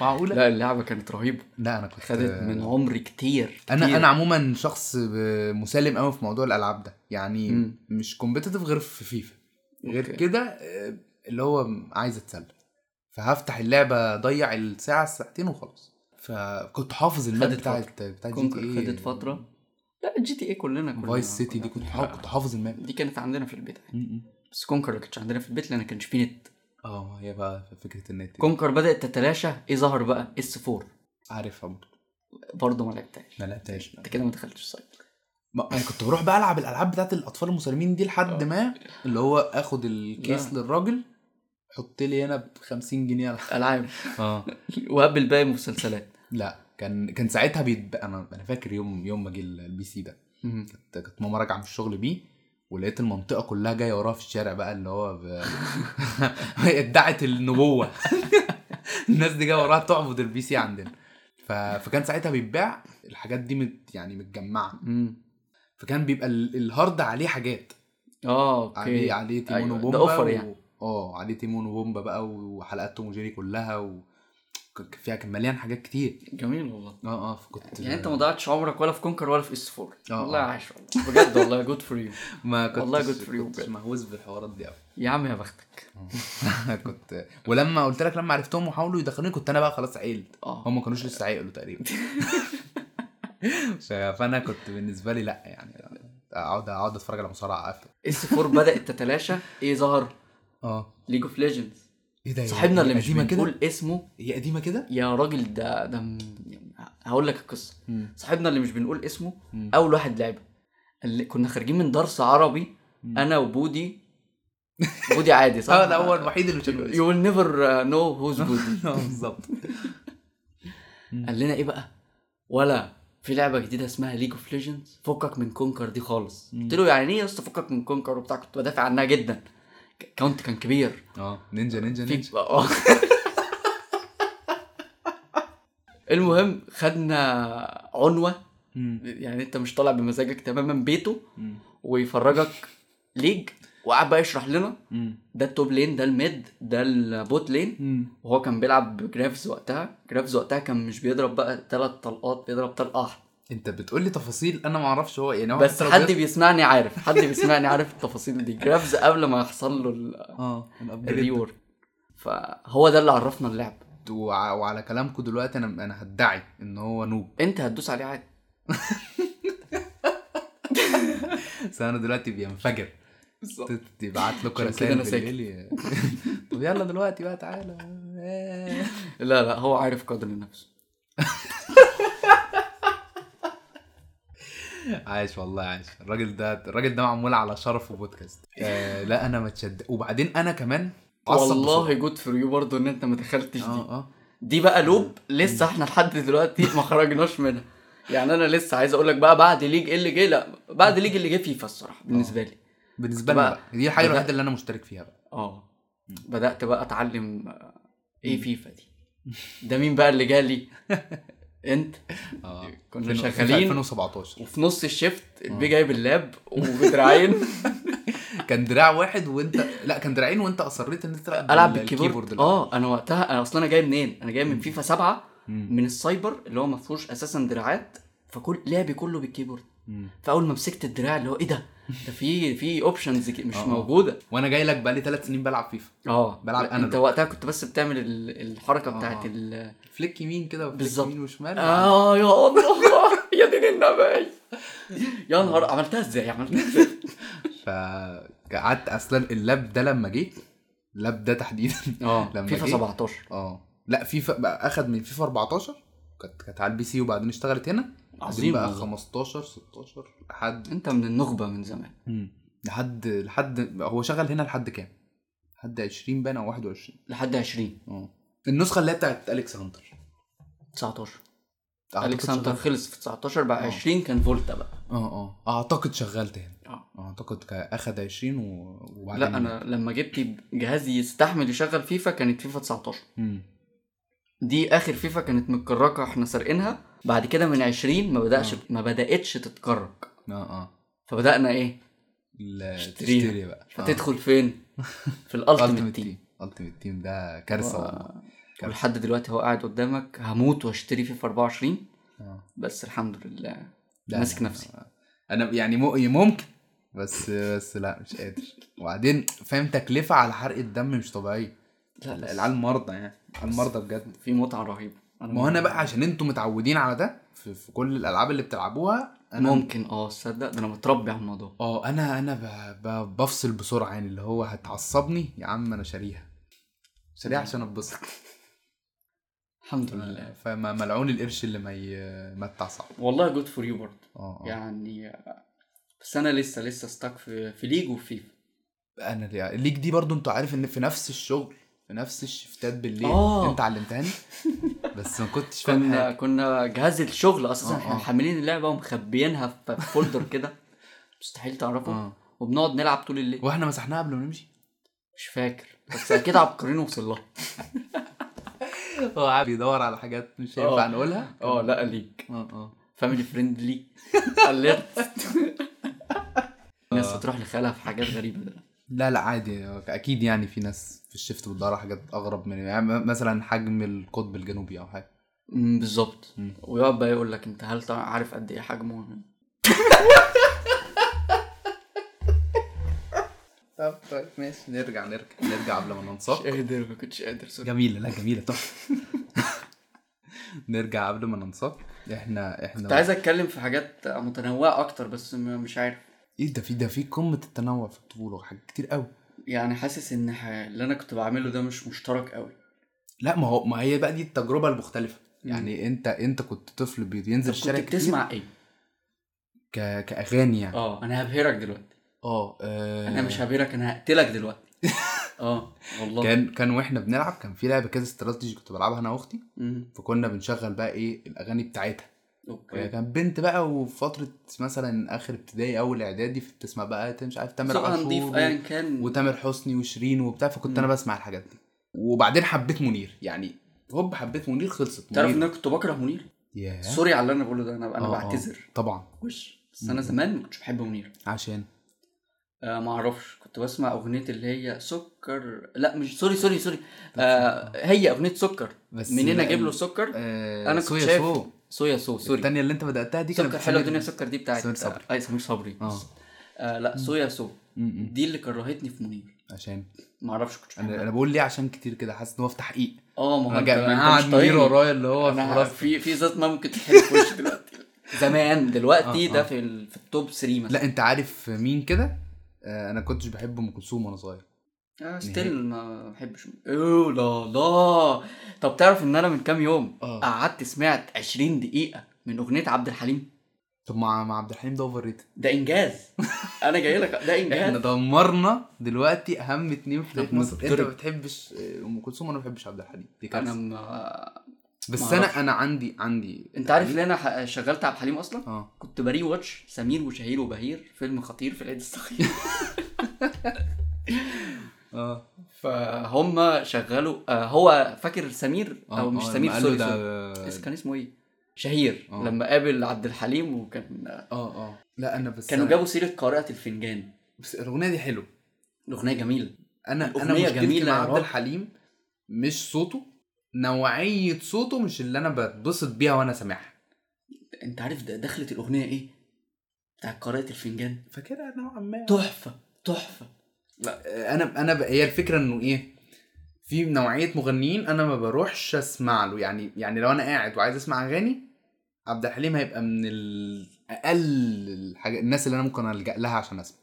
Speaker 2: معقوله
Speaker 1: لا اللعبه كانت رهيبه
Speaker 2: لا انا كنت
Speaker 1: خدت من عمري كتير
Speaker 2: انا
Speaker 1: كتير.
Speaker 2: انا عموما شخص ب- مسالم قوي في موضوع الالعاب ده يعني
Speaker 1: مم.
Speaker 2: مش كومبيتيتيف غير في فيفا غير
Speaker 1: أوكي.
Speaker 2: كده آه، اللي هو عايز اتسلى فهفتح اللعبه اضيع الساعه الساعتين وخلاص فكنت حافظ الماده
Speaker 1: خدت
Speaker 2: بتاعت بتاعت جي
Speaker 1: كونكر
Speaker 2: تي
Speaker 1: خدت فتره لا الجي تي اي كلنا كلنا
Speaker 2: فايس سيتي دي كنت
Speaker 1: كنا-
Speaker 2: حافظ كنت حافظ الماب
Speaker 1: دي كانت عندنا في البيت بس كونكر ما كانتش عندنا في البيت لان ما كانش فيه نت
Speaker 2: اه هي بقى فكره النت دي.
Speaker 1: كونكر بدات تتلاشى ايه ظهر بقى اس 4
Speaker 2: عارفها برضه
Speaker 1: برضه ما لعبتهاش
Speaker 2: ما لعبتهاش
Speaker 1: انت كده ما دخلتش السايبر
Speaker 2: ما انا كنت بروح بقى العب الالعاب بتاعت الاطفال المسالمين دي لحد ما اللي هو اخد الكيس للراجل حط لي هنا ب 50 جنيه على-
Speaker 1: العاب
Speaker 2: اه
Speaker 1: <laughs> وقبل باقي المسلسلات
Speaker 2: <laughs> لا كان كان ساعتها بيت انا انا فاكر يوم يوم ما جه ال- البي سي ده كانت كانت ماما راجعه من الشغل بيه ولقيت المنطقه كلها جايه وراها في الشارع بقى اللي هو ب... <laughs> ادعت النبوه <laughs> الناس دي جايه وراها تعبد البي سي عندنا ف... فكان ساعتها بيتباع الحاجات دي مت... يعني متجمعه
Speaker 1: امم
Speaker 2: فكان بيبقى ال- الهارد عليه حاجات
Speaker 1: اه اوكي
Speaker 2: عليه عليه تيمون
Speaker 1: أيوة، ده
Speaker 2: وبومبا
Speaker 1: أوفر
Speaker 2: و-
Speaker 1: يعني.
Speaker 2: اه عليه تيمون وبومبا بقى وحلقات توم وجيري كلها و... ك- فيها كان مليان حاجات كتير
Speaker 1: جميل والله
Speaker 2: اه اه فكنت
Speaker 1: يعني انت ما ضيعتش عمرك ولا في كونكر ولا في اس 4
Speaker 2: آه.
Speaker 1: والله عايش والله بجد والله جود فور يو
Speaker 2: ما كنتش
Speaker 1: والله good for you
Speaker 2: كنتش
Speaker 1: بجد.
Speaker 2: مهووس بالحوارات دي قوي
Speaker 1: يا عم يا بختك
Speaker 2: <laughs> كنت ولما قلت لك لما عرفتهم وحاولوا يدخلوني كنت انا بقى خلاص عقلت
Speaker 1: اه
Speaker 2: هم ما كانوش لسه عقلوا <laughs> تقريبا ف- فانا كنت بالنسبه لي لا يعني اقعد اقعد اتفرج على مصارعه اكتر
Speaker 1: اس 4 بدات تتلاشى ايه ظهر
Speaker 2: اه
Speaker 1: ليج اوف ليجندز
Speaker 2: ايه ده هي-
Speaker 1: صاحبنا اللي
Speaker 2: هي
Speaker 1: مش
Speaker 2: قديمه كده
Speaker 1: بنقول اسمه
Speaker 2: هي قديمه كده
Speaker 1: يا راجل ده ده م- هقول لك القصه
Speaker 2: مم.
Speaker 1: صاحبنا اللي مش بنقول اسمه
Speaker 2: مم.
Speaker 1: اول واحد لعبها اللي كنا خارجين من درس عربي
Speaker 2: مم.
Speaker 1: انا وبودي بودي عادي صح
Speaker 2: اه ده هو الوحيد اللي مش هنقول اسمه.
Speaker 1: يو ويل نيفر نو هوز بودي <laughs>
Speaker 2: آه، بالظبط
Speaker 1: قال لنا ايه بقى ولا في لعبه جديده اسمها ليج اوف إيه ليجندز فكك من كونكر دي خالص قلت له يعني ايه يا اسطى فكك من كونكر وبتاع كنت بدافع عنها جدا كاونت كان
Speaker 2: <laughs>
Speaker 1: كبير
Speaker 2: اه نينجا نينجا
Speaker 1: في-
Speaker 2: نينجا
Speaker 1: آه. <laughs> المهم خدنا عنوه يعني انت مش طالع بمزاجك تماما بيته ويفرجك ليج وقعد بقى يشرح لنا ده التوب لين ده الميد ده البوت لين وهو كان بيلعب بجرافز وقتها جرافز وقتها كان مش بيضرب بقى ثلاث طلقات بيضرب طلقه واحده
Speaker 2: انت بتقول لي تفاصيل انا ما اعرفش هو يعني هو
Speaker 1: بس
Speaker 2: حتى لو
Speaker 1: حد
Speaker 2: بيط-
Speaker 1: بيسمعني عارف حد بيسمعني عارف التفاصيل دي جرافز قبل ما يحصل له ال-
Speaker 2: اه الابجريد
Speaker 1: الريور فهو ده اللي عرفنا اللعب
Speaker 2: وع- وعلى كلامكم دلوقتي انا انا هدعي ان هو نوب
Speaker 1: انت هتدوس عليه عادي
Speaker 2: بس انا دلوقتي بينفجر
Speaker 1: بالظبط
Speaker 2: تت- تبعت لكم
Speaker 1: عشان كده
Speaker 2: رسائل
Speaker 1: انا ساكت.
Speaker 2: بالليل يا- <laughs> طب يلا دلوقتي بقى تعالى <laughs> آه.
Speaker 1: لا لا هو عارف قدر نفسه
Speaker 2: عايش والله عايش الراجل ده الراجل ده معمول على شرفه بودكاست آه لا انا متشد وبعدين انا كمان اتعصب
Speaker 1: والله
Speaker 2: بسرعة.
Speaker 1: جود فور يو برضه ان انت ما دخلتش دي
Speaker 2: اه اه
Speaker 1: آه. دي بقى لوب لسه احنا لحد دلوقتي ما خرجناش منها يعني انا لسه عايز اقول لك بقى بعد ليج ايه اللي جه لا بعد ليج اللي جه فيفا الصراحه بالنسبه لي
Speaker 2: بالنسبه لي
Speaker 1: بقى-
Speaker 2: بقى دي الحاجه
Speaker 1: بدأ-
Speaker 2: الوحيده اللي انا مشترك فيها بقى
Speaker 1: اه بدات بقى اتعلم آه، ايه فيفا دي ده مين بقى اللي جالي <laughs> انت
Speaker 2: اه
Speaker 1: كنا
Speaker 2: فين- فين- آه.
Speaker 1: شغالين
Speaker 2: 2017
Speaker 1: وفي نص الشيفت البي جايب اللاب
Speaker 2: <laughs>
Speaker 1: وبدراعين
Speaker 2: كان دراع واحد وانت لا كان دراعين وانت اصريت ان انت تلعب
Speaker 1: العب
Speaker 2: بال-
Speaker 1: بالكيبورد
Speaker 2: الأول.
Speaker 1: اه انا وقتها انا اصلا انا جاي منين انا جاي من فيفا سبعة
Speaker 2: مم.
Speaker 1: من السايبر اللي هو ما فيهوش اساسا دراعات فكل لعبي كله بالكيبورد
Speaker 2: مم.
Speaker 1: فاول ما مسكت الدراع اللي هو ايه ده ده في في
Speaker 2: <laughs>
Speaker 1: اوبشنز مش
Speaker 2: آه.
Speaker 1: موجوده
Speaker 2: وانا جاي لك بقالي ثلاث سنين بلعب فيفا
Speaker 1: اه
Speaker 2: بلعب آه.
Speaker 1: انت
Speaker 2: أنالوج.
Speaker 1: وقتها كنت بس بتعمل ال- الحركه بتاعت ال
Speaker 2: فليك يمين كده وفليك
Speaker 1: بالظبط.
Speaker 2: يمين وشمال
Speaker 1: اه يا الله <laughs> يا دين النبي يا نهار عملتها ازاي عملتها
Speaker 2: <laughs>
Speaker 1: ازاي
Speaker 2: فقعدت اصلا اللاب ده لما جه اللاب ده تحديدا
Speaker 1: اه
Speaker 2: آه، لما
Speaker 1: فيفا
Speaker 2: جه-
Speaker 1: 17
Speaker 2: اه لا فيفا بقى اخد من فيفا 14 كانت كانت على البي سي وبعدين اشتغلت هنا
Speaker 1: عظيم
Speaker 2: عظيم بقى
Speaker 1: والله.
Speaker 2: 15 16 لحد
Speaker 1: انت من النخبه من زمان
Speaker 2: لحد لحد هو شغل هنا لحد كام؟ لحد 20 باين او 21
Speaker 1: لحد 20
Speaker 2: اه النسخه اللي هي بتاعت اليكس هانتر
Speaker 1: 19
Speaker 2: أعتقد
Speaker 1: الكسندر
Speaker 2: شغلت-
Speaker 1: خلص في 19 بقى
Speaker 2: آه.
Speaker 1: 20 كان فولتا بقى
Speaker 2: اه اه اعتقد شغلت هنا
Speaker 1: آه.
Speaker 2: اعتقد كا- اخد 20 و... وبعدين
Speaker 1: لا انا لما جبت جهازي يستحمل يشغل فيفا كانت فيفا 19
Speaker 2: مم.
Speaker 1: دي اخر فيفا كانت متكركه احنا سارقينها بعد كده من 20 ما بداش
Speaker 2: آه.
Speaker 1: ما بداتش تتكرك
Speaker 2: اه اه
Speaker 1: فبدانا ايه
Speaker 2: ال-
Speaker 1: تشتريها.
Speaker 2: تشتري بقى آه.
Speaker 1: فتدخل
Speaker 2: <laughs>
Speaker 1: فين في الالتيميت تيم
Speaker 2: التيمت تيم ده
Speaker 1: آه.
Speaker 2: كارثه والله كارثة.
Speaker 1: ولحد دلوقتي هو قاعد قدامك هموت واشتري فيفا 24
Speaker 2: آه.
Speaker 1: بس الحمد لله
Speaker 2: لا،
Speaker 1: ماسك
Speaker 2: لا،
Speaker 1: نفسي
Speaker 2: انا يعني مو- ممكن بس بس لا مش قادر وبعدين فاهم تكلفه على حرق الدم مش طبيعيه
Speaker 1: لا
Speaker 2: لا،
Speaker 1: لا
Speaker 2: العيال مرضى يعني العيال مرضى بجد
Speaker 1: في متعه رهيبه أنا
Speaker 2: ما هو انا بقى عشان انتوا متعودين على ده في, في كل الالعاب اللي بتلعبوها انا
Speaker 1: ممكن اه تصدق ده انا متربي على الموضوع
Speaker 2: اه انا انا ب... ب... بفصل بسرعه يعني اللي هو هتعصبني يا عم انا شاريها شاريها
Speaker 1: <laughs>
Speaker 2: عشان اتبسط آه.
Speaker 1: الحمد لله
Speaker 2: فما ملعون القرش اللي ما ي... ما اتعصب
Speaker 1: والله جود فور يو برضه
Speaker 2: اه آه.
Speaker 1: يعني بس انا لسه لسه ستاك في في ليج وفيفا
Speaker 2: انا اللي- ليك دي برضو انت عارف ان في نفس الشغل في نفس الشفتات بالليل
Speaker 1: آه.
Speaker 2: انت علمتهاني <laughs> بس ما كنتش فاهم
Speaker 1: كنا
Speaker 2: حاجه
Speaker 1: كنا جهاز الشغل اساسا
Speaker 2: آه،
Speaker 1: احنا
Speaker 2: آه.
Speaker 1: محملين اللعبه ومخبيينها في في فولدر كده مستحيل تعرفه
Speaker 2: آه.
Speaker 1: وبنقعد نلعب طول الليل
Speaker 2: واحنا مسحناها قبل ما نمشي
Speaker 1: مش فاكر بس
Speaker 2: <laughs>
Speaker 1: اكيد عبقريين وصل لها
Speaker 2: هو قاعد بيدور على حاجات مش هينفع
Speaker 1: آه.
Speaker 2: نقولها
Speaker 1: اه لا ليك
Speaker 2: اه اه
Speaker 1: فاميلي فريندلي <laughs> اليرت الناس هتروح لخالها في حاجات غريبه ده
Speaker 2: لا لا عادي اكيد يعني في ناس في الشفت بتدور على حاجات اغرب من يعني مثلا حجم القطب الجنوبي او حاجه
Speaker 1: أمم، بالظبط
Speaker 2: أمم.
Speaker 1: ويقعد بقى يقول لك انت هل تع- عارف قد ايه حجمه
Speaker 2: طب طيب ماشي نرجع نرجع نرجع قبل ما
Speaker 1: مش
Speaker 2: ننساق
Speaker 1: قادر ما كنتش قادر سوري
Speaker 2: جميله لا جميله تحفه <laughs> نرجع قبل ما ننساق احنا احنا
Speaker 1: كنت عايز اتكلم في حاجات متنوعه اكتر بس م- مش عارف
Speaker 2: ايه ده في ده في قمه التنوع في الطفوله وحاجات كتير قوي
Speaker 1: يعني حاسس ان ح- اللي انا كنت بعمله ده مش مشترك قوي
Speaker 2: لا ما هو ما هي بقى دي التجربه المختلفه يعني انت انت كنت طفل بينزل
Speaker 1: كنت
Speaker 2: الشارع كتير
Speaker 1: بتسمع ايه
Speaker 2: ك... كاغاني يعني
Speaker 1: اه انا هبهرك دلوقتي
Speaker 2: اه آه،
Speaker 1: انا مش هبهرك انا هقتلك <laughs> دلوقتي اه والله
Speaker 2: كان كان واحنا بنلعب كان في لعبه كده استراتيجي كنت بلعبها انا واختي
Speaker 1: مم.
Speaker 2: فكنا بنشغل بقى ايه الاغاني إيه، بتاعتها وهي
Speaker 1: اوكي
Speaker 2: كانت بنت بقى وفتره مثلا اخر ابتدائي اول اعدادي فبتسمع بقى مش عارف تامر
Speaker 1: صوتها نضيف
Speaker 2: عاشور
Speaker 1: ايا كان
Speaker 2: وتامر حسني وشيرين وبتاع فكنت
Speaker 1: مم.
Speaker 2: انا بسمع الحاجات دي وبعدين حبيت منير يعني هوب حبيت منير خلصت
Speaker 1: تعرف ان
Speaker 2: منير
Speaker 1: انا كنت بكره منير
Speaker 2: ياه.
Speaker 1: سوري على اللي انا بقوله ده انا انا
Speaker 2: آه، آه.
Speaker 1: بعتذر
Speaker 2: طبعا
Speaker 1: وش بس انا
Speaker 2: مم.
Speaker 1: زمان ما كنتش بحب منير
Speaker 2: عشان
Speaker 1: آه ما اعرفش كنت بسمع اغنيه اللي هي سكر لا مش سوري سوري سوري آه هي اغنيه سكر
Speaker 2: بس
Speaker 1: منين
Speaker 2: لا،
Speaker 1: اجيب له سكر
Speaker 2: آه
Speaker 1: انا كنت
Speaker 2: صويا
Speaker 1: شايف
Speaker 2: سو
Speaker 1: صويا سو سوري
Speaker 2: الثانيه اللي انت بداتها دي كانت
Speaker 1: سكر حلوه
Speaker 2: بتسمير-
Speaker 1: دنيا سكر دي بتاعت
Speaker 2: سمير صبري.
Speaker 1: اي سمير صبري
Speaker 2: اه
Speaker 1: آه لا صويا سو
Speaker 2: م- م.
Speaker 1: دي اللي كرهتني في منير
Speaker 2: عشان
Speaker 1: ما اعرفش كنت
Speaker 2: انا
Speaker 1: بحبها.
Speaker 2: انا بقول ليه عشان كتير كده حاسس ان هو في تحقيق
Speaker 1: اه ما هو
Speaker 2: انا
Speaker 1: انت
Speaker 2: جا-
Speaker 1: أنت طيب.
Speaker 2: انا
Speaker 1: مش
Speaker 2: قاعد منير
Speaker 1: طايقني.
Speaker 2: ورايا اللي هو
Speaker 1: انا
Speaker 2: خلاص
Speaker 1: في في ذات ما ممكن <laughs> تتحب في وشي دلوقتي زمان دلوقتي
Speaker 2: آه،
Speaker 1: ده
Speaker 2: آه.
Speaker 1: في ال... في التوب 3 مثلا
Speaker 2: لا انت عارف مين كده آه، انا كنتش بحب ام كلثوم وانا صغير
Speaker 1: لا ستيل آه، ما بحبش اوه لا لا طب تعرف ان انا من كام يوم
Speaker 2: آه.
Speaker 1: قعدت سمعت 20 دقيقة من اغنية عبد الحليم
Speaker 2: طب مع مع عبد الحليم ده اوفر ريتد
Speaker 1: ده <laughs> انجاز انا جاي لك ده
Speaker 2: احنا
Speaker 1: انجاز
Speaker 2: دمرنا دلوقتي اهم اتنين في تاريخ
Speaker 1: احنا
Speaker 2: مصر انت
Speaker 1: بنتضرب.
Speaker 2: ما بتحبش آه، ام كلثوم وانا ما بحبش عبد الحليم دي
Speaker 1: انا
Speaker 2: كارثه
Speaker 1: ما...
Speaker 2: بس
Speaker 1: معرفش.
Speaker 2: انا انا عندي عندي
Speaker 1: انت عارف ليه انا ح- شغلت عبد الحليم اصلا
Speaker 2: اه
Speaker 1: كنت بري واتش سمير وشهير وبهير فيلم خطير في العيد الصغير
Speaker 2: <laughs> اه
Speaker 1: فهم شغلوا آه، هو فاكر سمير او
Speaker 2: آه،
Speaker 1: مش
Speaker 2: آه،
Speaker 1: سمير
Speaker 2: لما قال له
Speaker 1: سوري
Speaker 2: ده-
Speaker 1: سوري اس- كان اسمه ايه شهير
Speaker 2: آه.
Speaker 1: لما قابل عبد الحليم وكان
Speaker 2: اه اه لا انا بس
Speaker 1: كانوا
Speaker 2: أنا-
Speaker 1: جابوا سيره قارئه الفنجان
Speaker 2: بس الاغنيه دي حلوه
Speaker 1: الاغنيه جميله
Speaker 2: انا انا
Speaker 1: الأغنية
Speaker 2: مشكلتي
Speaker 1: جميلة
Speaker 2: مع
Speaker 1: يا
Speaker 2: عبد
Speaker 1: رب.
Speaker 2: الحليم مش صوته نوعيه صوته مش اللي انا بتبسط بيها وانا سامعها
Speaker 1: انت عارف ده دخلت الاغنيه ايه بتاع قارئه الفنجان
Speaker 2: فاكرها نوعا ما
Speaker 1: تحفه تحفه
Speaker 2: لا انا انا ب... هي الفكره انه ايه في نوعيه مغنيين انا ما بروحش اسمع له يعني يعني لو انا قاعد وعايز اسمع اغاني عبد الحليم هيبقى من الاقل الحاجة الناس اللي انا ممكن الجا لها عشان اسمع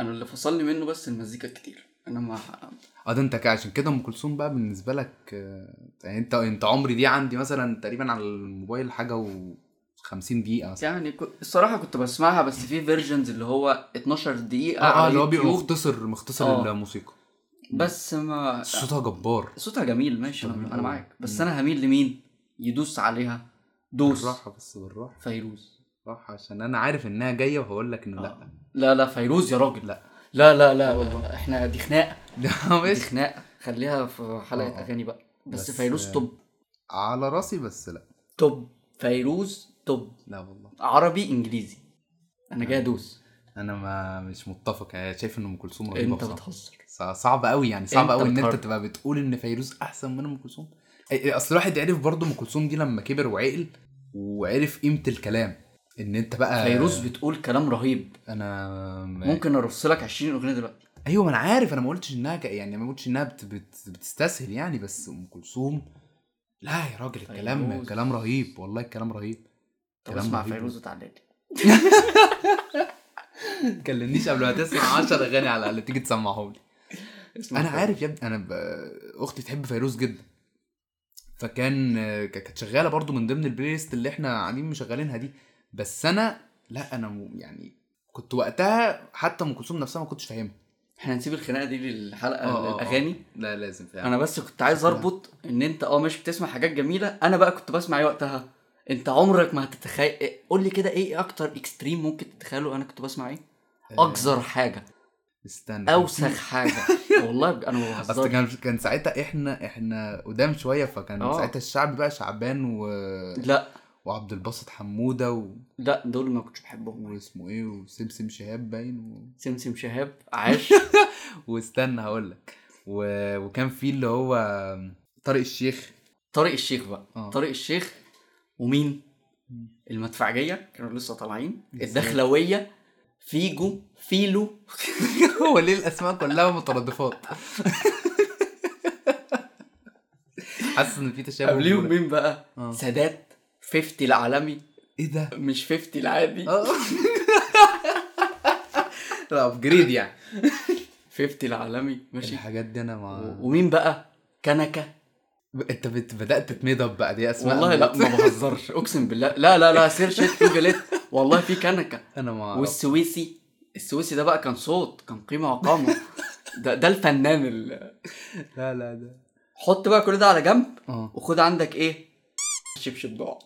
Speaker 1: انا اللي فصلني منه بس المزيكا كتير انا ما
Speaker 2: اه ده انت كده عشان كده ام كلثوم بقى بالنسبه لك آه، يعني انت انت عمري دي عندي مثلا تقريبا على الموبايل حاجه و50 دقيقه مثلا
Speaker 1: يعني ك... الصراحه كنت بسمعها بس في فيرجنز اللي هو 12 دقيقه
Speaker 2: اه اه
Speaker 1: على
Speaker 2: اللي هو بيبقى
Speaker 1: يوتيوب،
Speaker 2: مختصر مختصر
Speaker 1: آه.
Speaker 2: الموسيقى
Speaker 1: بس ما
Speaker 2: صوتها جبار
Speaker 1: صوتها جميل ماشي
Speaker 2: صوتها جميل
Speaker 1: انا أنا
Speaker 2: أوي.
Speaker 1: معاك بس
Speaker 2: مم.
Speaker 1: انا هميل لمين يدوس عليها دوس
Speaker 2: بالراحه بس بالراحه
Speaker 1: فيروز
Speaker 2: بالراحه عشان انا عارف انها جايه وهقول لك انه لا
Speaker 1: آه. لا لا فيروز يا راجل
Speaker 2: لا.
Speaker 1: لا لا لا احنا دي خناقه
Speaker 2: <laughs> لا
Speaker 1: دي
Speaker 2: مش
Speaker 1: خناقه خليها في حلقه
Speaker 2: آه.
Speaker 1: اغاني بقى بس,
Speaker 2: بس،
Speaker 1: فيروز
Speaker 2: آه.
Speaker 1: توب
Speaker 2: على راسي بس لا
Speaker 1: توب فيروز توب
Speaker 2: لا والله
Speaker 1: عربي انجليزي انا جاي ادوس
Speaker 2: انا ما مش متفق يعني شايف ان ام كلثوم رهيبه
Speaker 1: انت
Speaker 2: بصراحه
Speaker 1: بتهزر
Speaker 2: صع- صعب قوي يعني صعب
Speaker 1: انت
Speaker 2: قوي ان انت
Speaker 1: بتهرب.
Speaker 2: تبقى بتقول ان فيروز احسن من ام كلثوم اي- اي، اصل الواحد عرف برضه ام كلثوم دي لما كبر وعقل وعرف قيمه الكلام ان انت بقى
Speaker 1: فيروز بتقول كلام رهيب
Speaker 2: انا
Speaker 1: ممكن ارص لك 20 اغنيه دلوقتي
Speaker 2: ايوه ما انا عارف انا ما قلتش انها ك... يعني ما قلتش انها بت... بت... بتستسهل يعني بس ام كلثوم لا يا راجل الكلام
Speaker 1: فيروز.
Speaker 2: الكلام رهيب والله الكلام رهيب
Speaker 1: طب
Speaker 2: كلام
Speaker 1: اسمع
Speaker 2: رهيب.
Speaker 1: فيروز وتعالى لي
Speaker 2: ما تكلمنيش قبل ما تسمع 10 اغاني على الاقل تيجي تسمعهم لي
Speaker 1: اسمع
Speaker 2: انا
Speaker 1: فيروز.
Speaker 2: عارف يا ابني انا ب... اختي تحب فيروز جدا فكان آه، ك- كانت شغاله برضو من ضمن البلاي ليست اللي احنا قاعدين مشغلينها دي بس انا لا انا م- يعني كنت وقتها حتى ام كلثوم نفسها ما كنتش فاهمها
Speaker 1: احنا هنسيب الخناقه دي للحلقه
Speaker 2: آه، آه، آه.
Speaker 1: الاغاني
Speaker 2: لا لازم فعلا
Speaker 1: انا بس كنت عايز اربط ان انت اه ماشي بتسمع حاجات جميله انا بقى كنت بسمع ايه وقتها انت عمرك ما هتتخيل قول لي كده ايه اكتر اكستريم ممكن تتخيله انا كنت بسمع ايه اقذر حاجه
Speaker 2: آه، استنى <laughs>
Speaker 1: اوسخ حاجه والله بج- انا ما
Speaker 2: اصل
Speaker 1: بهزرش
Speaker 2: كان كان ساعتها احنا احنا قدام شويه فكان
Speaker 1: آه.
Speaker 2: ساعتها الشعب بقى شعبان و...
Speaker 1: لا
Speaker 2: وعبد الباسط حموده و...
Speaker 1: لا دول ما كنتش بحبهم
Speaker 2: واسمه ايه وسمسم شهاب باين و...
Speaker 1: سمسم شهاب عاش
Speaker 2: واستنى هقول لك و... وكان في اللي هو طارق الشيخ <laughs>
Speaker 1: طارق الشيخ بقى
Speaker 2: آه.
Speaker 1: طارق الشيخ ومين المدفعجيه كانوا لسه طالعين الدخلويه فيجو فيلو
Speaker 2: هو ليه الاسماء كلها مترادفات <laughs> حاسس ان في تشابه
Speaker 1: قبليهم
Speaker 2: كبير.
Speaker 1: مين بقى
Speaker 2: آه.
Speaker 1: سادات 50 العالمي
Speaker 2: ايه ده <laughs>
Speaker 1: مش 50 العادي
Speaker 2: آه. لا ابجريد يعني
Speaker 1: 50 العالمي ماشي
Speaker 2: الحاجات دي انا ما
Speaker 1: و- ومين بقى كنكه
Speaker 2: انت بت... بدات تتميض اب بقى دي اسماء
Speaker 1: والله لا
Speaker 2: <laughs>
Speaker 1: ما بهزرش اقسم بالله لا لا لا سير شيت جوجلت والله في كنكه
Speaker 2: انا ما أعرف.
Speaker 1: والسويسي السويسي ده بقى كان صوت كان قيمه وقامه ده ده الفنان ال...
Speaker 2: لا لا ده
Speaker 1: حط بقى كل ده على جنب
Speaker 2: اه
Speaker 1: وخد عندك ايه شبشب ضاع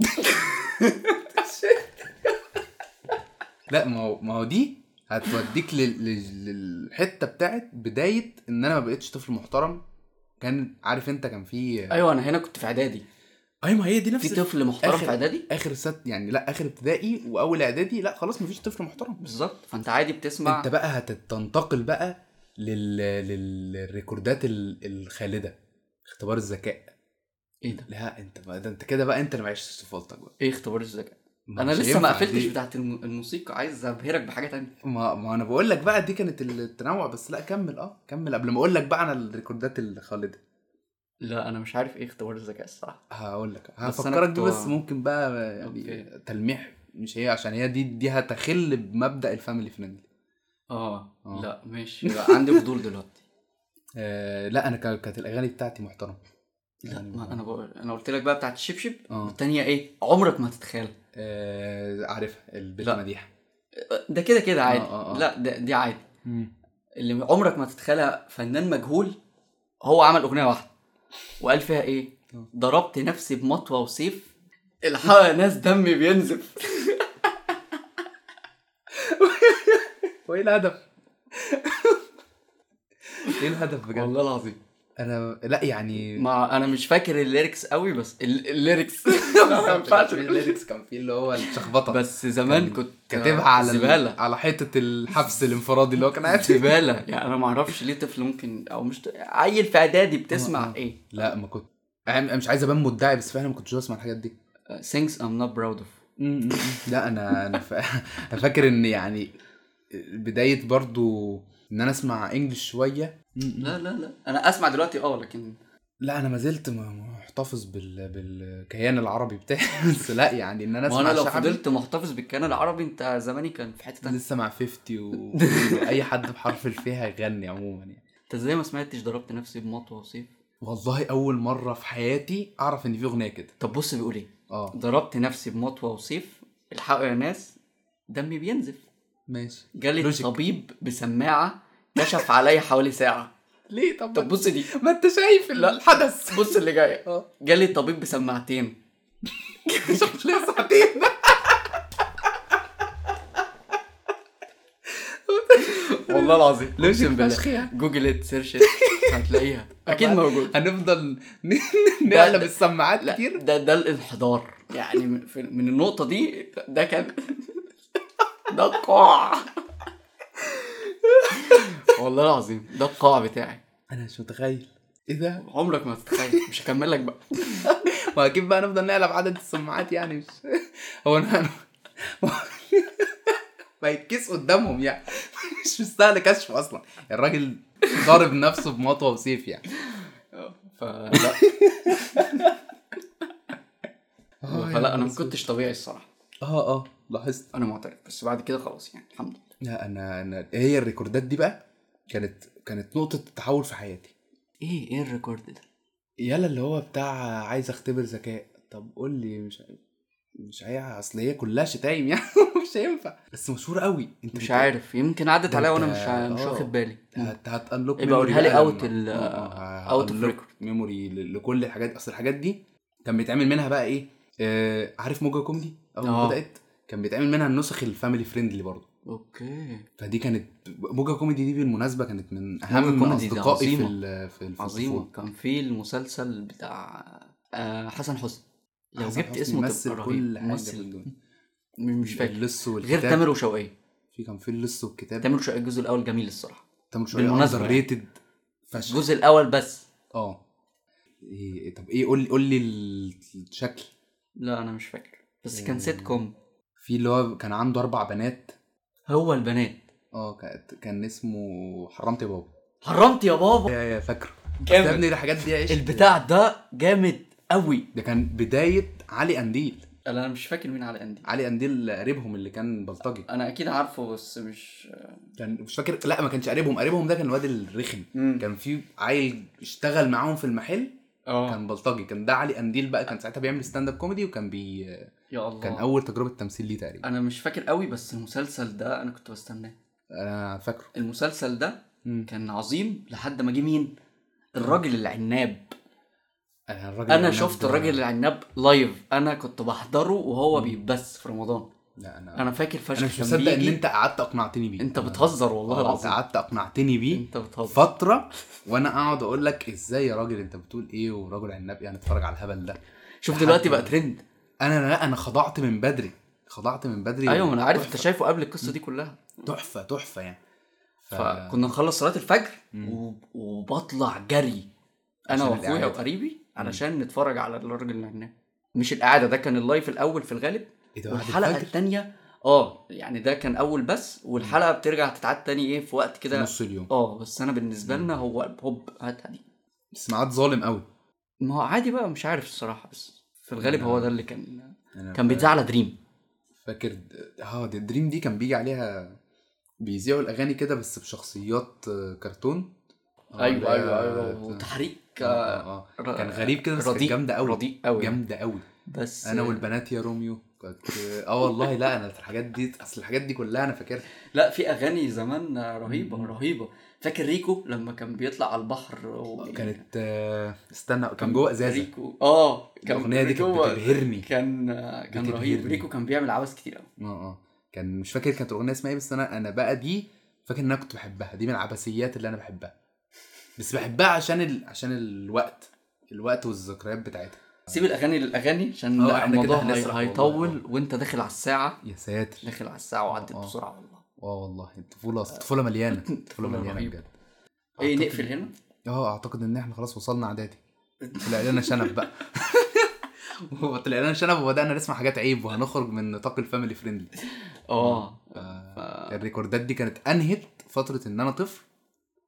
Speaker 2: لا ما هو ما هو دي هتوديك لل- لل- للحته بتاعت بدايه ان انا ما بقتش طفل محترم كان عارف انت كان في
Speaker 1: ايوه انا هنا كنت في اعدادي
Speaker 2: ايوه ما هي دي
Speaker 1: في
Speaker 2: نفس
Speaker 1: طفل محترم
Speaker 2: آخر-
Speaker 1: في اعدادي
Speaker 2: اخر ست يعني لا اخر ابتدائي واول اعدادي لا خلاص مفيش طفل محترم
Speaker 1: بالظبط فانت عادي بتسمع
Speaker 2: انت بقى هتنتقل بقى لل... لل- للريكوردات ال- الخالده اختبار الذكاء
Speaker 1: ايه ده؟
Speaker 2: لا انت بقى ده انت كده بقى انت اللي معيش طفولتك بقى
Speaker 1: ايه اختبار الذكاء؟ انا
Speaker 2: مش
Speaker 1: لسه ما
Speaker 2: هينفع
Speaker 1: قفلتش
Speaker 2: دي-
Speaker 1: بتاعت الم- الموسيقى عايز ابهرك بحاجه تانية
Speaker 2: ما, ما انا بقول لك بقى دي كانت التنوع بس لا كمل اه كمل قبل ما اقول لك بقى انا الريكوردات الخالده
Speaker 1: لا انا مش عارف ايه اختبار الذكاء الصراحه
Speaker 2: هقول لك
Speaker 1: أنا
Speaker 2: هفكرك
Speaker 1: كنت- آه.
Speaker 2: دي بس ممكن بقى يعني
Speaker 1: أوكي.
Speaker 2: تلميح مش هي عشان هي دي دي هتخل بمبدا الفاميلي فريندلي
Speaker 1: اه
Speaker 2: آه.
Speaker 1: لا ماشي لا عندي فضول دلوقتي
Speaker 2: آه لا انا كا- كانت الاغاني بتاعتي محترمه
Speaker 1: <laughs> لا
Speaker 2: يعني
Speaker 1: ما انا بقول انا قلت لك بقى بتاعت الشبشب
Speaker 2: آه.
Speaker 1: والتانية ايه عمرك ما هتتخيل
Speaker 2: آه عارفها البيت
Speaker 1: لا.
Speaker 2: مديحه
Speaker 1: ده كده كده عادي
Speaker 2: آه، آه.
Speaker 1: لا ده دي عادي اللي عمرك ما تتخيلها فنان مجهول هو عمل اغنيه واحده وقال فيها ايه
Speaker 2: آه.
Speaker 1: ضربت نفسي بمطوه وسيف الحق ناس دمي بينزف
Speaker 2: وايه الهدف؟ <laughs> ايه الهدف بجد؟
Speaker 1: <laughs> والله العظيم
Speaker 2: انا لا يعني
Speaker 1: ما انا مش فاكر الليركس قوي بس ال- الليركس <laughs> ما
Speaker 2: <laughs>
Speaker 1: ينفعش
Speaker 2: الليركس كان فيه اللي هو الشخبطه
Speaker 1: بس زمان
Speaker 2: كان
Speaker 1: كنت
Speaker 2: كاتبها على
Speaker 1: زباله
Speaker 2: على حته الحبس الانفرادي اللي هو كان قاعد فيه
Speaker 1: زباله يعني انا ما اعرفش ليه طفل ممكن او مش ط- عيل في اعدادي بتسمع
Speaker 2: آه.
Speaker 1: ايه
Speaker 2: لا ما كنت أنا مش عايز ابان مدعي بس فعلا ما كنتش بسمع الحاجات دي
Speaker 1: things I'm not proud of
Speaker 2: لا انا انا فا- <laughs> أنا فاكر ان يعني بدايه برضو ان انا اسمع انجلش شويه
Speaker 1: لا لا لا انا اسمع دلوقتي اه لكن
Speaker 2: لا انا ما زلت م- محتفظ بال... بالكيان العربي بتاعي <laughs> بس لا يعني ان انا
Speaker 1: ما
Speaker 2: اسمع
Speaker 1: انا لو
Speaker 2: شعبي
Speaker 1: فضلت محتفظ بالكيان العربي انت زماني كان في حته تانية
Speaker 2: لسه مع 50 <laughs> و... واي حد بحرف الفي هيغني عموما يعني
Speaker 1: انت ازاي ما سمعتش ضربت نفسي بمطوه وسيف
Speaker 2: والله اول مره في حياتي اعرف ان في اغنيه كده
Speaker 1: طب بص بيقول ايه
Speaker 2: اه
Speaker 1: ضربت نفسي بمطوه وسيف الحقوا يا ناس دمي بينزف
Speaker 2: ماشي
Speaker 1: جالي
Speaker 2: لوجيك.
Speaker 1: طبيب بسماعه كشف عليا حوالي ساعه
Speaker 2: ليه طب
Speaker 1: طب بص دي
Speaker 2: ما انت شايف ال-
Speaker 1: لا.
Speaker 2: الحدث
Speaker 1: بص اللي جاي
Speaker 2: اه
Speaker 1: جالي طبيب بسماعتين
Speaker 2: شوف ليه ساعتين
Speaker 1: والله العظيم
Speaker 2: لوجيك
Speaker 1: أقسم بالله.
Speaker 2: فشخ يعني.
Speaker 1: جوجل ات سيرش ات،
Speaker 2: <laughs>
Speaker 1: هتلاقيها اكيد
Speaker 2: طبعاً.
Speaker 1: موجود
Speaker 2: هنفضل ن- نقلب السماعات
Speaker 1: لا
Speaker 2: كتير
Speaker 1: ده ده الانحدار يعني من- في- من النقطه دي ده كان <laughs> ده القاع والله العظيم ده القاع بتاعي
Speaker 2: انا مش متخيل ايه ده؟
Speaker 1: عمرك ما هتتخيل مش هكمل لك بقى
Speaker 2: ما اكيد بقى نفضل نقلب عدد السماعات يعني مش <laughs> هو انا ما يتكس قدامهم يعني مش مستاهل كشف اصلا الراجل ضارب نفسه بمطوه وسيف يعني
Speaker 1: فلا
Speaker 2: آه،
Speaker 1: فلا انا ما كنتش طبيعي الصراحه
Speaker 2: اه اه لاحظت
Speaker 1: انا معترف بس بعد كده خلاص يعني الحمد لله
Speaker 2: لا انا انا هي الريكوردات دي بقى كانت كانت نقطه تحول في حياتي
Speaker 1: ايه ايه الريكورد ده
Speaker 2: يلا اللي هو بتاع عايز اختبر ذكاء طب قول لي مش مش هي اصل هي كلها شتايم يعني <laughs> مش هينفع بس مشهور قوي انت
Speaker 1: مش عارف يمكن عدت
Speaker 2: ده
Speaker 1: عليا وانا
Speaker 2: أنت-
Speaker 1: مش ع- مش
Speaker 2: آه.
Speaker 1: واخد بالي
Speaker 2: هت هتانلوك
Speaker 1: يبقى قولها لي out ال-
Speaker 2: آه،
Speaker 1: out of record.
Speaker 2: ميموري لكل الحاجات اصل الحاجات دي كان بيتعمل منها بقى ايه آه عارف موجة كوميدي اول ما
Speaker 1: آه.
Speaker 2: بدات كان بيتعمل منها النسخ الفاميلي فريندلي برضه
Speaker 1: اوكي
Speaker 2: فدي كانت موجة كوميدي دي بالمناسبة كانت من
Speaker 1: موجة
Speaker 2: أهم
Speaker 1: كوميدي دي
Speaker 2: أصدقائي في
Speaker 1: عظيمة.
Speaker 2: ال في ال- في
Speaker 1: عظيمة
Speaker 2: الطفولة.
Speaker 1: كان في المسلسل بتاع آه، حسن حسني لو
Speaker 2: حسن
Speaker 1: جبت
Speaker 2: حسني
Speaker 1: اسمه
Speaker 2: مثل
Speaker 1: تبقى رهيب
Speaker 2: كل حاجة في
Speaker 1: ممثل
Speaker 2: الدنيا.
Speaker 1: م- مش فاكر
Speaker 2: اللص والكتاب
Speaker 1: غير تامر وشوقية
Speaker 2: في كان في اللص والكتاب
Speaker 1: تامر وشوقية الجزء الأول جميل الصراحة
Speaker 2: تامر شوية
Speaker 1: بالمناسبة
Speaker 2: أندر
Speaker 1: يعني.
Speaker 2: ريتد فشخ
Speaker 1: الجزء الأول بس
Speaker 2: اه إيه إيه، طب ايه قول لي قول لي ال- الشكل
Speaker 1: لا أنا مش فاكر بس كان سيت كوم
Speaker 2: في اللي هو كان عنده أربع بنات
Speaker 1: هو البنات
Speaker 2: اه كانت كان اسمه حرمت يا بابا
Speaker 1: حرمت يا بابا
Speaker 2: يا يا فاكره
Speaker 1: جامد.
Speaker 2: يا ابني الحاجات دي عشت
Speaker 1: البتاع ده جامد قوي
Speaker 2: ده كان بداية علي أنديل
Speaker 1: انا مش فاكر مين على اندي
Speaker 2: علي أنديل قريبهم اللي كان بلطجي
Speaker 1: انا اكيد عارفه بس مش
Speaker 2: كان مش فاكر لا ما كانش قريبهم قريبهم ده كان الواد الرخم
Speaker 1: مم.
Speaker 2: كان في عيل اشتغل معاهم في المحل
Speaker 1: اه
Speaker 2: كان بلطجي كان ده علي انديل بقى كان ساعتها بيعمل ستاند اب كوميدي وكان بي
Speaker 1: يا الله
Speaker 2: كان اول تجربه تمثيل ليه تقريبا
Speaker 1: انا مش فاكر قوي بس المسلسل ده انا كنت بستناه
Speaker 2: انا فاكره
Speaker 1: المسلسل ده
Speaker 2: مم.
Speaker 1: كان عظيم لحد ما جه مين الراجل العناب
Speaker 2: انا الراجل
Speaker 1: انا
Speaker 2: العناب
Speaker 1: شفت
Speaker 2: ده-
Speaker 1: الراجل العناب لايف انا كنت بحضره وهو بيتبث في رمضان
Speaker 2: لا انا
Speaker 1: انا فاكر فشخ
Speaker 2: انا مش
Speaker 1: كان
Speaker 2: مصدق ان
Speaker 1: بيجي-
Speaker 2: انت قعدت اقنعتني بيه
Speaker 1: انت بتهزر والله
Speaker 2: والله انت
Speaker 1: العظيم
Speaker 2: قعدت اقنعتني بيه
Speaker 1: انت بتهزر
Speaker 2: فتره وانا اقعد اقول لك ازاي يا راجل انت بتقول ايه ورجل عناب يعني اتفرج على الهبل ده
Speaker 1: شوف دلوقتي بقى ترند
Speaker 2: أيوة، انا لا انا خضعت من بدري خضعت من بدري
Speaker 1: ايوه ما انا عارف انت
Speaker 2: تحفة-
Speaker 1: شايفه قبل القصه دي كلها
Speaker 2: تحفه تحفه يعني ف...
Speaker 1: فكنا نخلص صلاه الفجر
Speaker 2: مم.
Speaker 1: و- وبطلع جري انا
Speaker 2: عشان
Speaker 1: واخويا
Speaker 2: الإعادة.
Speaker 1: وقريبي علشان نتفرج على الراجل اللي هناك مش القعده ده كان اللايف الاول في الغالب
Speaker 2: ايه ده بعد
Speaker 1: والحلقه
Speaker 2: الفجر؟
Speaker 1: الثانيه اه يعني ده كان اول بس والحلقه بترجع تتعاد تاني ايه في وقت
Speaker 2: في
Speaker 1: كده
Speaker 2: نص اليوم
Speaker 1: اه بس انا بالنسبه لنا هو هوب هات دي
Speaker 2: بس ميعاد ظالم قوي
Speaker 1: ما هو عادي بقى مش عارف الصراحه بس في الغالب هو ده اللي كان
Speaker 2: أنا
Speaker 1: كان بيتذاع على دريم
Speaker 2: فاكر اه دي دريم دي كان بيجي عليها بيذيعوا الاغاني كده بس بشخصيات آه، كرتون آه،
Speaker 1: أيوة،
Speaker 2: لا،
Speaker 1: وتحريك
Speaker 2: آه، آه، آه. كان غريب كده بس كانت
Speaker 1: رديء-
Speaker 2: جامده قوي
Speaker 1: رديء قوي.
Speaker 2: جامده قوي
Speaker 1: بس
Speaker 2: انا والبنات يا روميو كانت اه والله لا انا الحاجات دي اصل الحاجات دي كلها انا فاكرها
Speaker 1: لا في اغاني زمان رهيبه رهيبه فاكر ريكو لما كان بيطلع على البحر و...
Speaker 2: كانت آه، استنى كان جوه ازازه
Speaker 1: ريكو اه كان
Speaker 2: الاغنيه دي كانت
Speaker 1: ريكو-
Speaker 2: بتبهرني
Speaker 1: كان كان رهيب
Speaker 2: بتبهرني.
Speaker 1: ريكو كان بيعمل عبث كتير قوي
Speaker 2: اه اه كان مش فاكر كانت الاغنيه اسمها ايه بس انا انا بقى دي فاكر ان انا كنت بحبها دي من العبثيات اللي انا بحبها بس بحبها عشان ال... عشان الوقت الوقت والذكريات بتاعتها
Speaker 1: سيب الاغاني للاغاني عشان
Speaker 2: اه، احنا كده
Speaker 1: الموضوع هي-
Speaker 2: هنسرح والله.
Speaker 1: هيطول وانت داخل على الساعه
Speaker 2: يا ساتر
Speaker 1: داخل على الساعه وعدت
Speaker 2: اه.
Speaker 1: بسرعه والله
Speaker 2: اه والله الطفوله
Speaker 1: <laughs>
Speaker 2: الطفوله مليانه الطفوله مليانه
Speaker 1: رهيبة.
Speaker 2: بجد
Speaker 1: ايه
Speaker 2: أعتقد-
Speaker 1: نقفل هنا
Speaker 2: اه اعتقد ان احنا خلاص
Speaker 1: <laughs>
Speaker 2: وصلنا اعدادي طلع لنا شنب بقى <laughs> طلع لنا شنب وبدانا نسمع حاجات عيب وهنخرج من نطاق الفاميلي فريندلي
Speaker 1: اه
Speaker 2: آه. الريكوردات دي كانت انهت فتره ان انا طفل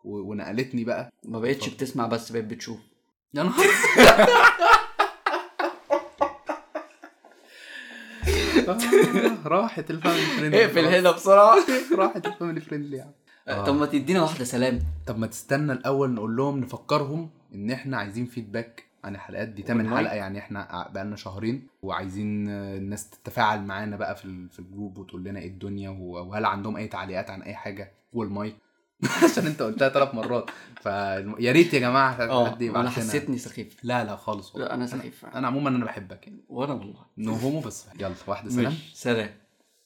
Speaker 2: و- ونقلتني بقى
Speaker 1: ما بقتش بتسمع بس بقيت بتشوف
Speaker 2: يا نهار <laughs> آه، راحت الفاميلي فريندلي
Speaker 1: اقفل هنا بسرعه
Speaker 2: راحت الفاميلي فريندلي يعني آه.
Speaker 1: <laughs> طب ما تدينا واحده سلام
Speaker 2: طب ما تستنى الاول نقول لهم نفكرهم ان احنا عايزين فيدباك عن الحلقات دي تامن
Speaker 1: والله.
Speaker 2: حلقه يعني احنا بقالنا شهرين وعايزين آه، الناس تتفاعل معانا بقى في ال- في الجروب وتقول لنا ايه الدنيا و- وهل عندهم اي تعليقات عن اي حاجه والمايك <laughs> عشان انت قلتها ثلاث مرات فيا ريت يا جماعه
Speaker 1: اه
Speaker 2: حد يبعت
Speaker 1: انا
Speaker 2: لنا
Speaker 1: حسيتني سخيف
Speaker 2: لا لا خالص والله
Speaker 1: لا انا سخيف
Speaker 2: انا عموما انا بحبك يعني
Speaker 1: وانا والله
Speaker 2: نو هومو بس يلا واحده سلام
Speaker 1: ماشي سلام